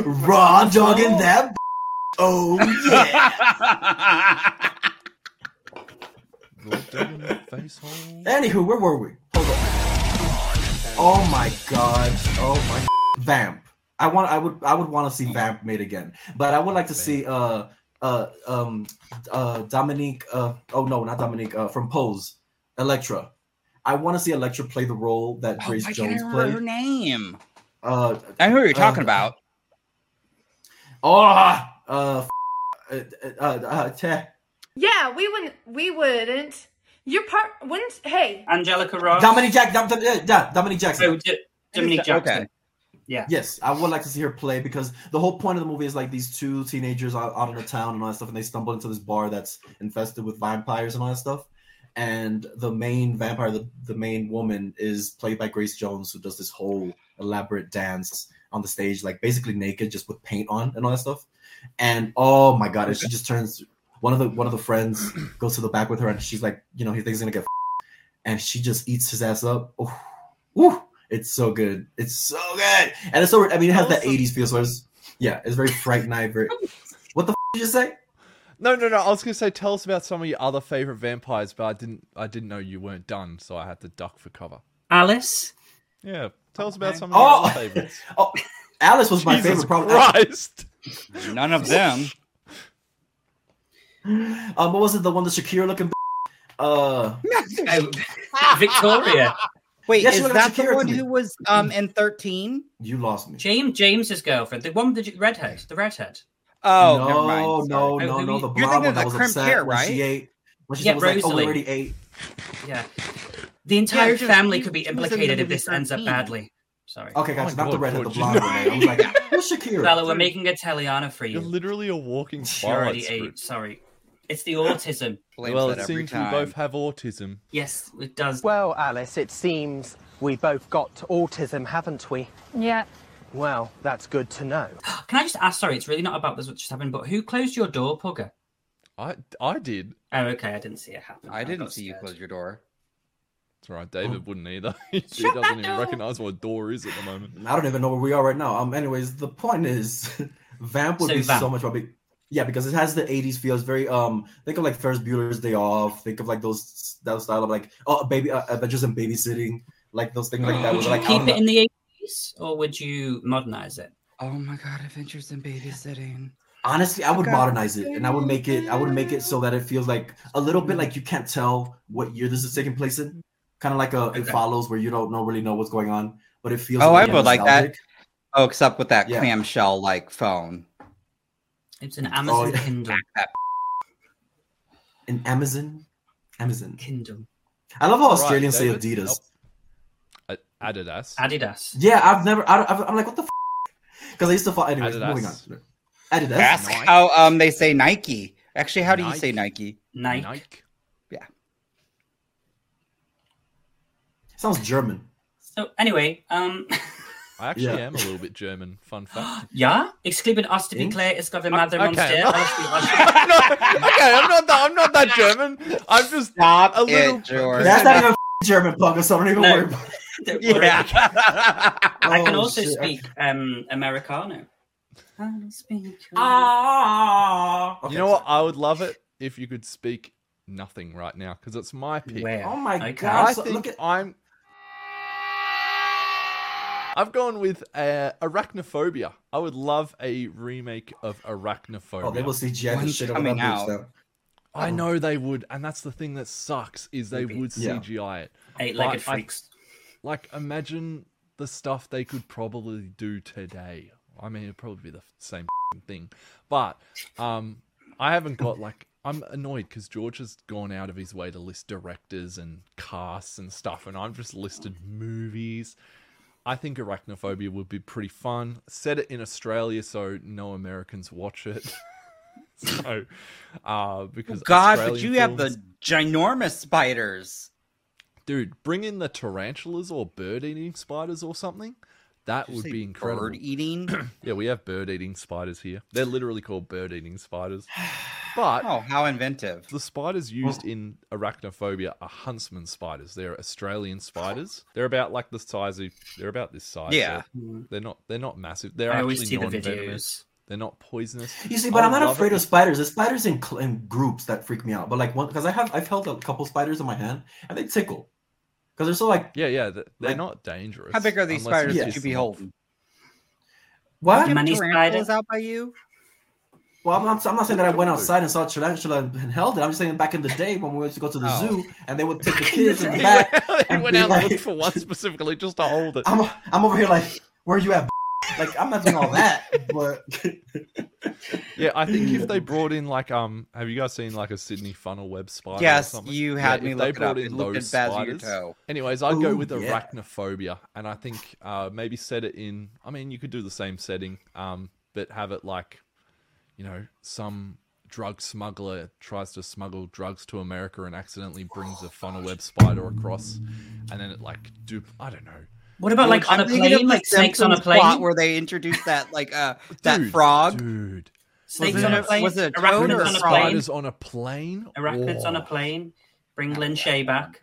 [SPEAKER 2] Raw dogging that. B- oh yeah.
[SPEAKER 1] Raw dogging the face hole.
[SPEAKER 2] Anywho, where were we? Hold on. Oh my god. Oh my vamp. I want. I would. I would want to see vamp made again, but I would like to see uh uh um uh Dominique. Uh, oh no, not Dominique. Uh, from Pose, Electra. I want to see Electra play the role that
[SPEAKER 4] Oh,
[SPEAKER 2] Grace
[SPEAKER 4] why can't I
[SPEAKER 2] Jones
[SPEAKER 4] remember her
[SPEAKER 2] played.
[SPEAKER 4] name
[SPEAKER 2] Uh,
[SPEAKER 4] i know who you're talking
[SPEAKER 2] Um,
[SPEAKER 4] about
[SPEAKER 2] oh, uh, f- uh, uh, uh, teh.
[SPEAKER 7] Yeah, we wouldn't. We wouldn't. Your part wouldn't. Hey,
[SPEAKER 3] Angelica Ross.
[SPEAKER 2] Dominique Jack, Dom, Dom, yeah, Dominique
[SPEAKER 3] Oh,
[SPEAKER 2] Jackson.
[SPEAKER 3] D- Dominique Jackson.
[SPEAKER 4] okay
[SPEAKER 2] Yes, I would like to see her play because the whole point of the movie is like these two teenagers out, out in the town and all that stuff, and they stumble into this bar that's infested with vampires and all that stuff. And the main vampire, the, the main woman, is played by Grace Jones, who does this whole elaborate dance on the stage, like basically naked, just with paint on and all that stuff. And oh my god, and she just turns one of the one of the friends goes to the back with her, and she's like, you know, he thinks he's gonna get, f- and she just eats his ass up. Oh, woo. It's so good. It's so good. And it's so I mean it has that
[SPEAKER 1] Awesome.
[SPEAKER 2] eighties feel, so it's yeah, it's very Fright Night. Very, what the f- did you just say?
[SPEAKER 1] No, no, no. I was gonna say, tell us about some of your other favorite vampires, but I didn't. I didn't know you weren't done, so I had to duck for cover.
[SPEAKER 3] Alice.
[SPEAKER 1] Yeah, tell us about
[SPEAKER 4] Okay.
[SPEAKER 1] some of your
[SPEAKER 2] Oh!
[SPEAKER 1] other favorites.
[SPEAKER 2] Oh, Alice was my
[SPEAKER 1] Jesus
[SPEAKER 2] favorite. Probably.
[SPEAKER 1] Christ!
[SPEAKER 4] None of them.
[SPEAKER 2] Um, what was it? The one, the Shakira looking. b- Uh,
[SPEAKER 3] Oh, Victoria.
[SPEAKER 4] Wait,
[SPEAKER 2] Yes, you
[SPEAKER 4] is
[SPEAKER 2] wanna
[SPEAKER 4] that the
[SPEAKER 2] secure
[SPEAKER 4] one
[SPEAKER 2] to me.
[SPEAKER 4] who was um in thirteen?
[SPEAKER 2] you lost me.
[SPEAKER 3] James James's girlfriend. The one with the redhead. The redhead.
[SPEAKER 4] Oh,
[SPEAKER 2] no,
[SPEAKER 4] never mind. Sorry.
[SPEAKER 2] no,
[SPEAKER 3] Sorry.
[SPEAKER 2] no, no.
[SPEAKER 3] Who- who-
[SPEAKER 2] The
[SPEAKER 3] you're
[SPEAKER 2] blonde
[SPEAKER 4] thinking
[SPEAKER 2] one
[SPEAKER 4] of
[SPEAKER 2] that
[SPEAKER 4] the
[SPEAKER 2] was
[SPEAKER 4] creme
[SPEAKER 2] upset
[SPEAKER 4] pear,
[SPEAKER 2] when she
[SPEAKER 4] right?
[SPEAKER 2] ate. When she
[SPEAKER 3] Yeah,
[SPEAKER 2] said, was like, "Oh, we
[SPEAKER 3] Rosalie.
[SPEAKER 2] already ate."
[SPEAKER 3] Yeah. The entire
[SPEAKER 4] just-
[SPEAKER 3] family
[SPEAKER 4] he-
[SPEAKER 3] could be
[SPEAKER 4] he was in the
[SPEAKER 3] implicated if
[SPEAKER 4] movie
[SPEAKER 3] this ends up
[SPEAKER 4] 13.
[SPEAKER 3] badly. Sorry.
[SPEAKER 2] Okay,
[SPEAKER 1] Oh
[SPEAKER 2] gotcha.
[SPEAKER 1] my
[SPEAKER 2] Not the
[SPEAKER 1] God,
[SPEAKER 2] redhead, the
[SPEAKER 1] George,
[SPEAKER 2] blonde
[SPEAKER 1] you-
[SPEAKER 2] one. man. I was like, "Who's Shakira?"
[SPEAKER 3] Fella, we're making a Teleana for
[SPEAKER 1] You're
[SPEAKER 3] you.
[SPEAKER 1] literally a walking
[SPEAKER 3] You
[SPEAKER 1] Twilight
[SPEAKER 3] already
[SPEAKER 1] script.
[SPEAKER 3] ate. Sorry. It's the autism.
[SPEAKER 4] Blames
[SPEAKER 1] well,
[SPEAKER 4] it
[SPEAKER 1] it
[SPEAKER 4] every
[SPEAKER 1] seems
[SPEAKER 4] time.
[SPEAKER 1] we both have autism.
[SPEAKER 3] Yes, it does.
[SPEAKER 8] Well, Alice, it seems we both got autism, haven't we?
[SPEAKER 7] Yeah.
[SPEAKER 8] Well, that's good to know.
[SPEAKER 3] Can I just ask? Sorry, it's really not about this, what just happened, but who closed your door, Pugger?
[SPEAKER 1] I I did.
[SPEAKER 3] Oh, okay. I didn't see it happen.
[SPEAKER 4] I didn't
[SPEAKER 3] got
[SPEAKER 4] see you
[SPEAKER 3] scared.
[SPEAKER 4] close your door.
[SPEAKER 1] That's right. David wouldn't either. he doesn't even recognize what a door is at the moment.
[SPEAKER 2] I don't even know where we are right now. Um, anyways, the point is, Vamp would
[SPEAKER 3] So
[SPEAKER 2] be
[SPEAKER 3] Vamp.
[SPEAKER 2] so much more big. Yeah, because it has the '80s feel. It's very um. Think of like Ferris Bueller's Day Off. Think of like those that style of like oh baby uh, Adventures in Babysitting, like those things like that.
[SPEAKER 3] Would
[SPEAKER 2] Was
[SPEAKER 3] you
[SPEAKER 2] like I
[SPEAKER 3] keep
[SPEAKER 2] don't
[SPEAKER 3] it
[SPEAKER 2] know.
[SPEAKER 3] in the 80s or would you modernize it?
[SPEAKER 4] Oh my god, Adventures in Babysitting.
[SPEAKER 2] honestly, I would
[SPEAKER 4] Okay.
[SPEAKER 2] modernize it and I would make it. I would make it so that it feels like a little bit like you can't tell what year this is taking place in. Kind of like a it
[SPEAKER 3] Okay.
[SPEAKER 2] follows where you don't know really know what's going on, but it feels.
[SPEAKER 4] Oh,
[SPEAKER 2] a
[SPEAKER 4] I
[SPEAKER 2] little
[SPEAKER 4] would like that.
[SPEAKER 2] nostalgic.
[SPEAKER 4] Oh, except with that
[SPEAKER 2] Yeah.
[SPEAKER 4] clamshell like phone.
[SPEAKER 3] It's an Amazon
[SPEAKER 2] yeah.
[SPEAKER 3] Kindle.
[SPEAKER 2] In Amazon, Amazon.
[SPEAKER 3] Kindle.
[SPEAKER 2] I love how
[SPEAKER 1] Right,
[SPEAKER 2] Australians say
[SPEAKER 1] David.
[SPEAKER 2] Adidas.
[SPEAKER 1] Oh. A- Adidas.
[SPEAKER 3] Adidas.
[SPEAKER 2] Yeah, I've never. I, I've, I'm like, what the? Because I used to follow. Anyways,
[SPEAKER 1] Adidas.
[SPEAKER 2] moving on. Adidas.
[SPEAKER 4] Ask how um they say Nike. Actually, how do you
[SPEAKER 1] Nike.
[SPEAKER 4] say Nike?
[SPEAKER 3] Nike.
[SPEAKER 2] Sounds German.
[SPEAKER 3] So anyway, um
[SPEAKER 1] I actually
[SPEAKER 2] Yeah.
[SPEAKER 1] am a little bit German. Fun fact.
[SPEAKER 3] ja, ich skriben aus dem
[SPEAKER 2] Hm?
[SPEAKER 3] Clay, es gab eine Mother
[SPEAKER 1] Okay.
[SPEAKER 3] Monster. Alice-
[SPEAKER 1] I'm not- okay, I'm not that. I'm not that German. I'm just
[SPEAKER 4] Stop
[SPEAKER 1] A little-
[SPEAKER 4] it, George.
[SPEAKER 2] That's not even f***ing German, Pugga, so don't even
[SPEAKER 3] No.
[SPEAKER 2] worry about it.
[SPEAKER 3] Don't worry.
[SPEAKER 4] yeah.
[SPEAKER 3] I can
[SPEAKER 2] Oh,
[SPEAKER 3] also
[SPEAKER 2] shit.
[SPEAKER 3] speak um Americano. I don't speak.
[SPEAKER 2] Ah.
[SPEAKER 1] you know what? I would love it if you could speak nothing right now because it's my pick.
[SPEAKER 3] Where?
[SPEAKER 2] Oh my
[SPEAKER 3] Okay.
[SPEAKER 2] God.
[SPEAKER 1] I
[SPEAKER 2] So
[SPEAKER 1] think
[SPEAKER 2] look at-
[SPEAKER 1] I'm. I've gone with uh, arachnophobia. I would love a remake of arachnophobia.
[SPEAKER 2] Oh, they will see Jack and
[SPEAKER 4] One's
[SPEAKER 2] shit
[SPEAKER 4] coming
[SPEAKER 2] coming
[SPEAKER 4] out.
[SPEAKER 2] out.
[SPEAKER 1] I know they would, and that's the thing that sucks is they
[SPEAKER 3] Maybe.
[SPEAKER 1] would
[SPEAKER 2] Yeah.
[SPEAKER 1] CGI it.
[SPEAKER 3] Eight-legged
[SPEAKER 1] But I-
[SPEAKER 3] freaks.
[SPEAKER 1] Like, imagine the stuff they could probably do today. I mean, it'd probably be the same thing, but um, I haven't got like I'm annoyed because George has gone out of his way to list directors and casts and stuff, and I've just listed movies. I think Arachnophobia would be pretty fun. Set it in Australia so no Americans watch it. so, uh, because
[SPEAKER 4] God, but
[SPEAKER 1] Australian
[SPEAKER 4] you have
[SPEAKER 1] films-
[SPEAKER 4] the ginormous spiders.
[SPEAKER 1] dude, bring in the tarantulas or bird eating spiders or something. That
[SPEAKER 4] Did you
[SPEAKER 1] would
[SPEAKER 4] say
[SPEAKER 1] be incredible.
[SPEAKER 4] Bird eating.
[SPEAKER 1] yeah, we have bird eating spiders here. They're literally called bird eating spiders. But
[SPEAKER 4] Oh, how inventive!
[SPEAKER 1] the spiders used in arachnophobia are huntsman spiders. They're Australian spiders. They're about like the size of they're about this size.
[SPEAKER 4] Yeah.
[SPEAKER 1] They're, they're not they're not massive. They're
[SPEAKER 3] I
[SPEAKER 1] actually
[SPEAKER 3] always see the
[SPEAKER 1] non-venomous.
[SPEAKER 3] videos.
[SPEAKER 1] They're not poisonous.
[SPEAKER 2] You see, but
[SPEAKER 1] I
[SPEAKER 2] I'm not
[SPEAKER 1] Oh, love
[SPEAKER 2] afraid
[SPEAKER 1] it.
[SPEAKER 2] of spiders. The spiders in, cl- in groups that freak me out. But like one, because I have, I've held a couple spiders in my hand and they tickle. Because they're so like,
[SPEAKER 1] Yeah, yeah. They're, they're
[SPEAKER 2] Like-
[SPEAKER 1] not dangerous.
[SPEAKER 4] How big are these
[SPEAKER 1] unless
[SPEAKER 4] spiders
[SPEAKER 1] you
[SPEAKER 4] that
[SPEAKER 1] piss
[SPEAKER 4] you
[SPEAKER 1] them off.
[SPEAKER 4] behold?
[SPEAKER 2] what?
[SPEAKER 4] Have
[SPEAKER 3] Many
[SPEAKER 4] tarantulas
[SPEAKER 3] spiders.
[SPEAKER 4] out by you?
[SPEAKER 2] Well, I'm not, I'm not saying that I went outside and saw a tarantula and held it. I'm just saying back in the day when we went to go to the
[SPEAKER 4] Oh.
[SPEAKER 2] zoo and they would take the kids in the
[SPEAKER 1] He
[SPEAKER 2] back.
[SPEAKER 1] went, he
[SPEAKER 2] and
[SPEAKER 1] went
[SPEAKER 2] be
[SPEAKER 1] out and looked
[SPEAKER 2] like-
[SPEAKER 1] for one specifically just to hold it.
[SPEAKER 2] I'm, I'm over here like, where you at? b-?" Like, I'm not doing all that, but
[SPEAKER 1] Yeah, I think if they brought in like um, have you guys seen like a Sydney funnel web spider? or
[SPEAKER 4] Yes,
[SPEAKER 1] something?
[SPEAKER 4] you
[SPEAKER 1] Yeah,
[SPEAKER 4] had
[SPEAKER 1] if
[SPEAKER 4] me
[SPEAKER 1] they
[SPEAKER 4] look it
[SPEAKER 1] brought
[SPEAKER 4] up.
[SPEAKER 1] in
[SPEAKER 4] It looked
[SPEAKER 1] those
[SPEAKER 4] at Baz your
[SPEAKER 1] spiders.
[SPEAKER 4] toe.
[SPEAKER 1] Anyways, I'd go
[SPEAKER 2] Ooh,
[SPEAKER 1] with
[SPEAKER 2] yeah.
[SPEAKER 1] arachnophobia, and I think uh maybe set it in. I mean, you could do the same setting, um, but have it like, you know, some drug smuggler tries to smuggle drugs to America and accidentally brings a funnel web spider across, and then it like do I don't know.
[SPEAKER 3] What about like on a
[SPEAKER 4] I'm thinking of
[SPEAKER 3] plane?
[SPEAKER 4] the
[SPEAKER 3] Like snakes on a
[SPEAKER 4] Simpsons plot
[SPEAKER 3] plane?
[SPEAKER 4] where they introduced that like uh that
[SPEAKER 1] Dude,
[SPEAKER 4] frog.
[SPEAKER 1] dude.
[SPEAKER 3] Snakes
[SPEAKER 1] Was
[SPEAKER 3] on
[SPEAKER 1] it
[SPEAKER 3] a
[SPEAKER 1] a-
[SPEAKER 3] plane.
[SPEAKER 4] was it a
[SPEAKER 3] arachnids
[SPEAKER 4] toad or a
[SPEAKER 3] on a
[SPEAKER 4] frog?
[SPEAKER 3] plane.
[SPEAKER 1] Spiders Oh. on a plane.
[SPEAKER 3] Arachnids on a
[SPEAKER 1] Whoa.
[SPEAKER 3] plane. Bring Lynn Shay back.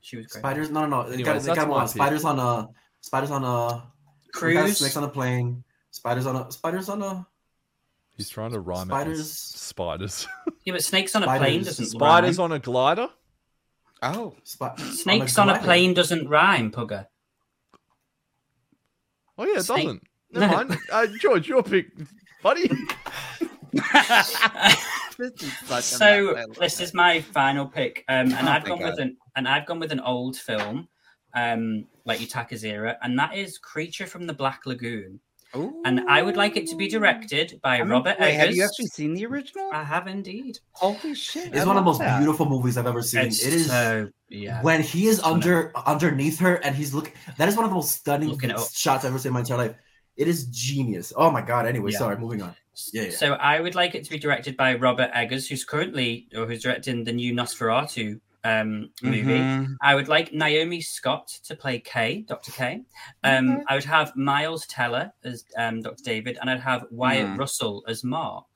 [SPEAKER 3] She was great.
[SPEAKER 2] spiders. No, no, no. They got,
[SPEAKER 1] Anyways,
[SPEAKER 2] they
[SPEAKER 1] that's
[SPEAKER 2] got
[SPEAKER 1] my
[SPEAKER 2] one.
[SPEAKER 1] pick.
[SPEAKER 2] Spiders on a spiders on a we got
[SPEAKER 3] Cruise.
[SPEAKER 2] Snakes on a plane. Spiders on a spiders on a.
[SPEAKER 1] He's trying to rhyme It with
[SPEAKER 2] Spiders.
[SPEAKER 1] spiders.
[SPEAKER 3] Yeah, but snakes on a
[SPEAKER 2] Spiders.
[SPEAKER 3] plane doesn't
[SPEAKER 1] spiders
[SPEAKER 3] rhyme.
[SPEAKER 1] on a glider?
[SPEAKER 4] Oh,
[SPEAKER 2] Spot-
[SPEAKER 3] snakes on a
[SPEAKER 2] glider.
[SPEAKER 3] plane doesn't rhyme, pugger.
[SPEAKER 1] Oh yeah, it
[SPEAKER 3] Snake.
[SPEAKER 1] doesn't. Never
[SPEAKER 3] No.
[SPEAKER 1] mind. Uh, George, your pick, buddy.
[SPEAKER 4] this is such a
[SPEAKER 3] so
[SPEAKER 4] mess. I love
[SPEAKER 3] this
[SPEAKER 4] it.
[SPEAKER 3] is my final pick, um, and
[SPEAKER 4] Oh,
[SPEAKER 3] I've
[SPEAKER 4] thank
[SPEAKER 3] gone with
[SPEAKER 4] God.
[SPEAKER 3] an and I've gone with an old film, um, like Utaka's era, and that is Creature from the Black Lagoon.
[SPEAKER 4] Ooh.
[SPEAKER 3] And I would like it to be directed by
[SPEAKER 4] I'm-
[SPEAKER 3] Robert
[SPEAKER 4] wait,
[SPEAKER 3] Eggers. Uh,
[SPEAKER 4] Have you actually seen the original?
[SPEAKER 3] I have indeed.
[SPEAKER 4] Holy shit!
[SPEAKER 2] It's
[SPEAKER 4] I
[SPEAKER 2] one of the most
[SPEAKER 4] love that.
[SPEAKER 2] beautiful movies I've ever seen.
[SPEAKER 3] It's
[SPEAKER 2] it is
[SPEAKER 3] so yeah.
[SPEAKER 2] when he is
[SPEAKER 3] no.
[SPEAKER 2] under underneath her and he's looking. That is one of the most stunning
[SPEAKER 3] Looking up.
[SPEAKER 2] shots I've ever seen in my entire life. It is genius. Oh my god. Anyway,
[SPEAKER 3] Yeah.
[SPEAKER 2] sorry. Moving on. Yeah, yeah.
[SPEAKER 3] So I would like it to be directed by Robert Eggers, who's currently or who's directing the new Nosferatu um, movie.
[SPEAKER 4] Mhm.
[SPEAKER 3] I would like Naomi Scott to play K, Dr. K. Um, I would have Miles Teller as um, Dr. David, and I'd have Wyatt
[SPEAKER 4] Hmm.
[SPEAKER 3] Russell as Mark,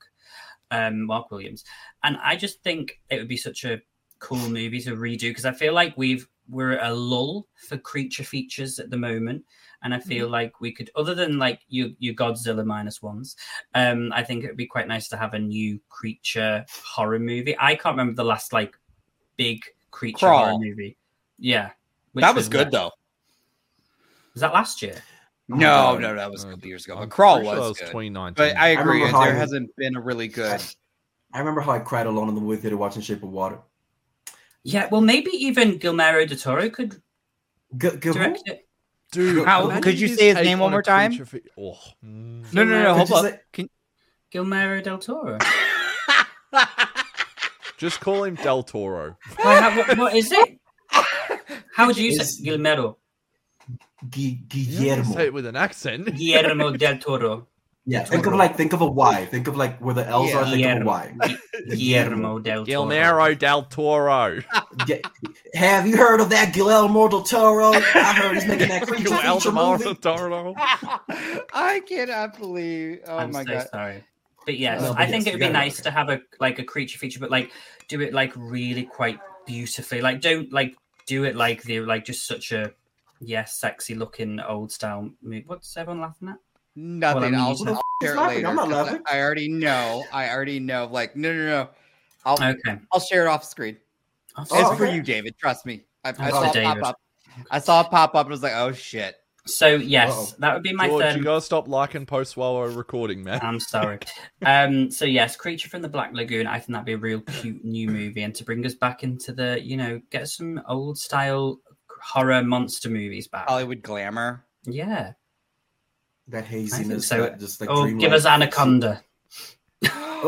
[SPEAKER 3] um, Mark Williams. And I just think it would be such a cool movie to redo because I feel like we've we're at a lull for creature features at the moment, and I feel like we could, other than like your your Godzilla minus ones, um, I think it would be quite nice to have a new creature horror movie. I can't remember the last like big creature horror
[SPEAKER 4] Crawl.
[SPEAKER 3] movie. Yeah. which
[SPEAKER 4] That was good
[SPEAKER 3] when?
[SPEAKER 4] though.
[SPEAKER 3] Was that last year?
[SPEAKER 1] Oh
[SPEAKER 4] No, no, that was a couple years ago. But Crawl
[SPEAKER 1] pretty sure
[SPEAKER 4] Uh, was,
[SPEAKER 1] that
[SPEAKER 4] good.
[SPEAKER 1] 2019.
[SPEAKER 4] But I agree.
[SPEAKER 2] remember
[SPEAKER 4] there
[SPEAKER 2] how I-
[SPEAKER 4] hasn't been a really good.
[SPEAKER 2] I remember how I cried alone in the movie theater watching Shape of Water.
[SPEAKER 3] Yeah, well, maybe even Guillermo de Toro could
[SPEAKER 2] G- g-
[SPEAKER 3] direct it.
[SPEAKER 1] Dude,
[SPEAKER 4] How-
[SPEAKER 1] imagine
[SPEAKER 4] could you
[SPEAKER 1] his
[SPEAKER 4] say his
[SPEAKER 1] take
[SPEAKER 4] name one
[SPEAKER 1] on a
[SPEAKER 4] more time?
[SPEAKER 1] creature fe- oh, mm.
[SPEAKER 4] No, no, no.
[SPEAKER 3] Could
[SPEAKER 4] Hold
[SPEAKER 2] you
[SPEAKER 4] up.
[SPEAKER 2] say-
[SPEAKER 4] Can...
[SPEAKER 3] Guillermo del Toro.
[SPEAKER 1] Just call him Del Toro.
[SPEAKER 3] Why, how- what- what is it? How would you
[SPEAKER 2] It's-
[SPEAKER 3] say Guillermo?
[SPEAKER 2] Gu-
[SPEAKER 1] You don't Say
[SPEAKER 2] Guillermo.
[SPEAKER 1] it with an accent.
[SPEAKER 3] Guillermo del Toro.
[SPEAKER 2] Yeah. Think of like think of a Y. Think of like where the L's
[SPEAKER 4] Yeah.
[SPEAKER 2] are. Think of a
[SPEAKER 3] Guillermo.
[SPEAKER 2] Y.
[SPEAKER 3] Guillermo del Toro.
[SPEAKER 1] Guillermo Del Toro.
[SPEAKER 2] Ge- Have you heard of that Guillermo del Toro? I heard he's making that creature feature
[SPEAKER 1] Guillermo
[SPEAKER 2] movie.
[SPEAKER 1] Del Toro.
[SPEAKER 4] I cannot believe. Oh
[SPEAKER 3] I'm
[SPEAKER 4] my
[SPEAKER 3] so
[SPEAKER 4] god.
[SPEAKER 3] sorry. But yes,
[SPEAKER 2] No, but
[SPEAKER 3] I think
[SPEAKER 2] yes,
[SPEAKER 3] it
[SPEAKER 2] you
[SPEAKER 3] would be
[SPEAKER 2] gotta-
[SPEAKER 3] nice to have a like a creature feature, but like do it like really quite beautifully. Like don't like do it like the like just such a yes, sexy looking old style movie. What's everyone laughing at?
[SPEAKER 4] Nothing.
[SPEAKER 3] Well, I mean,
[SPEAKER 4] I'll
[SPEAKER 3] who
[SPEAKER 2] the
[SPEAKER 4] I'll
[SPEAKER 2] f- is
[SPEAKER 4] share it
[SPEAKER 2] laughing?
[SPEAKER 4] later.
[SPEAKER 2] I'm not
[SPEAKER 4] 'cause
[SPEAKER 2] laughing.
[SPEAKER 4] I already know. I already know. Like no, no, no. I'll
[SPEAKER 3] Okay.
[SPEAKER 4] I'll share it off screen.
[SPEAKER 2] Oh,
[SPEAKER 4] it's
[SPEAKER 2] okay.
[SPEAKER 4] for you, David. Trust me. I, I
[SPEAKER 3] Oh,
[SPEAKER 4] saw it
[SPEAKER 3] David.
[SPEAKER 4] pop up. I saw it pop up. and was like, oh shit.
[SPEAKER 3] So yes,
[SPEAKER 2] Uh-oh.
[SPEAKER 3] that would be my
[SPEAKER 1] George,
[SPEAKER 3] third.
[SPEAKER 1] you gotta stop liking posts while we're recording,
[SPEAKER 4] Uh,
[SPEAKER 1] man.
[SPEAKER 3] I'm sorry. Um, so yes, Creature from the Black Lagoon. I think that'd be a real cute new movie, and to bring us back into the, you know, get some old style horror monster movies back.
[SPEAKER 4] Hollywood glamour.
[SPEAKER 3] yeah.
[SPEAKER 2] That haziness.
[SPEAKER 3] so.
[SPEAKER 2] that just like
[SPEAKER 3] oh,
[SPEAKER 2] dreamlike-
[SPEAKER 3] give us Anaconda.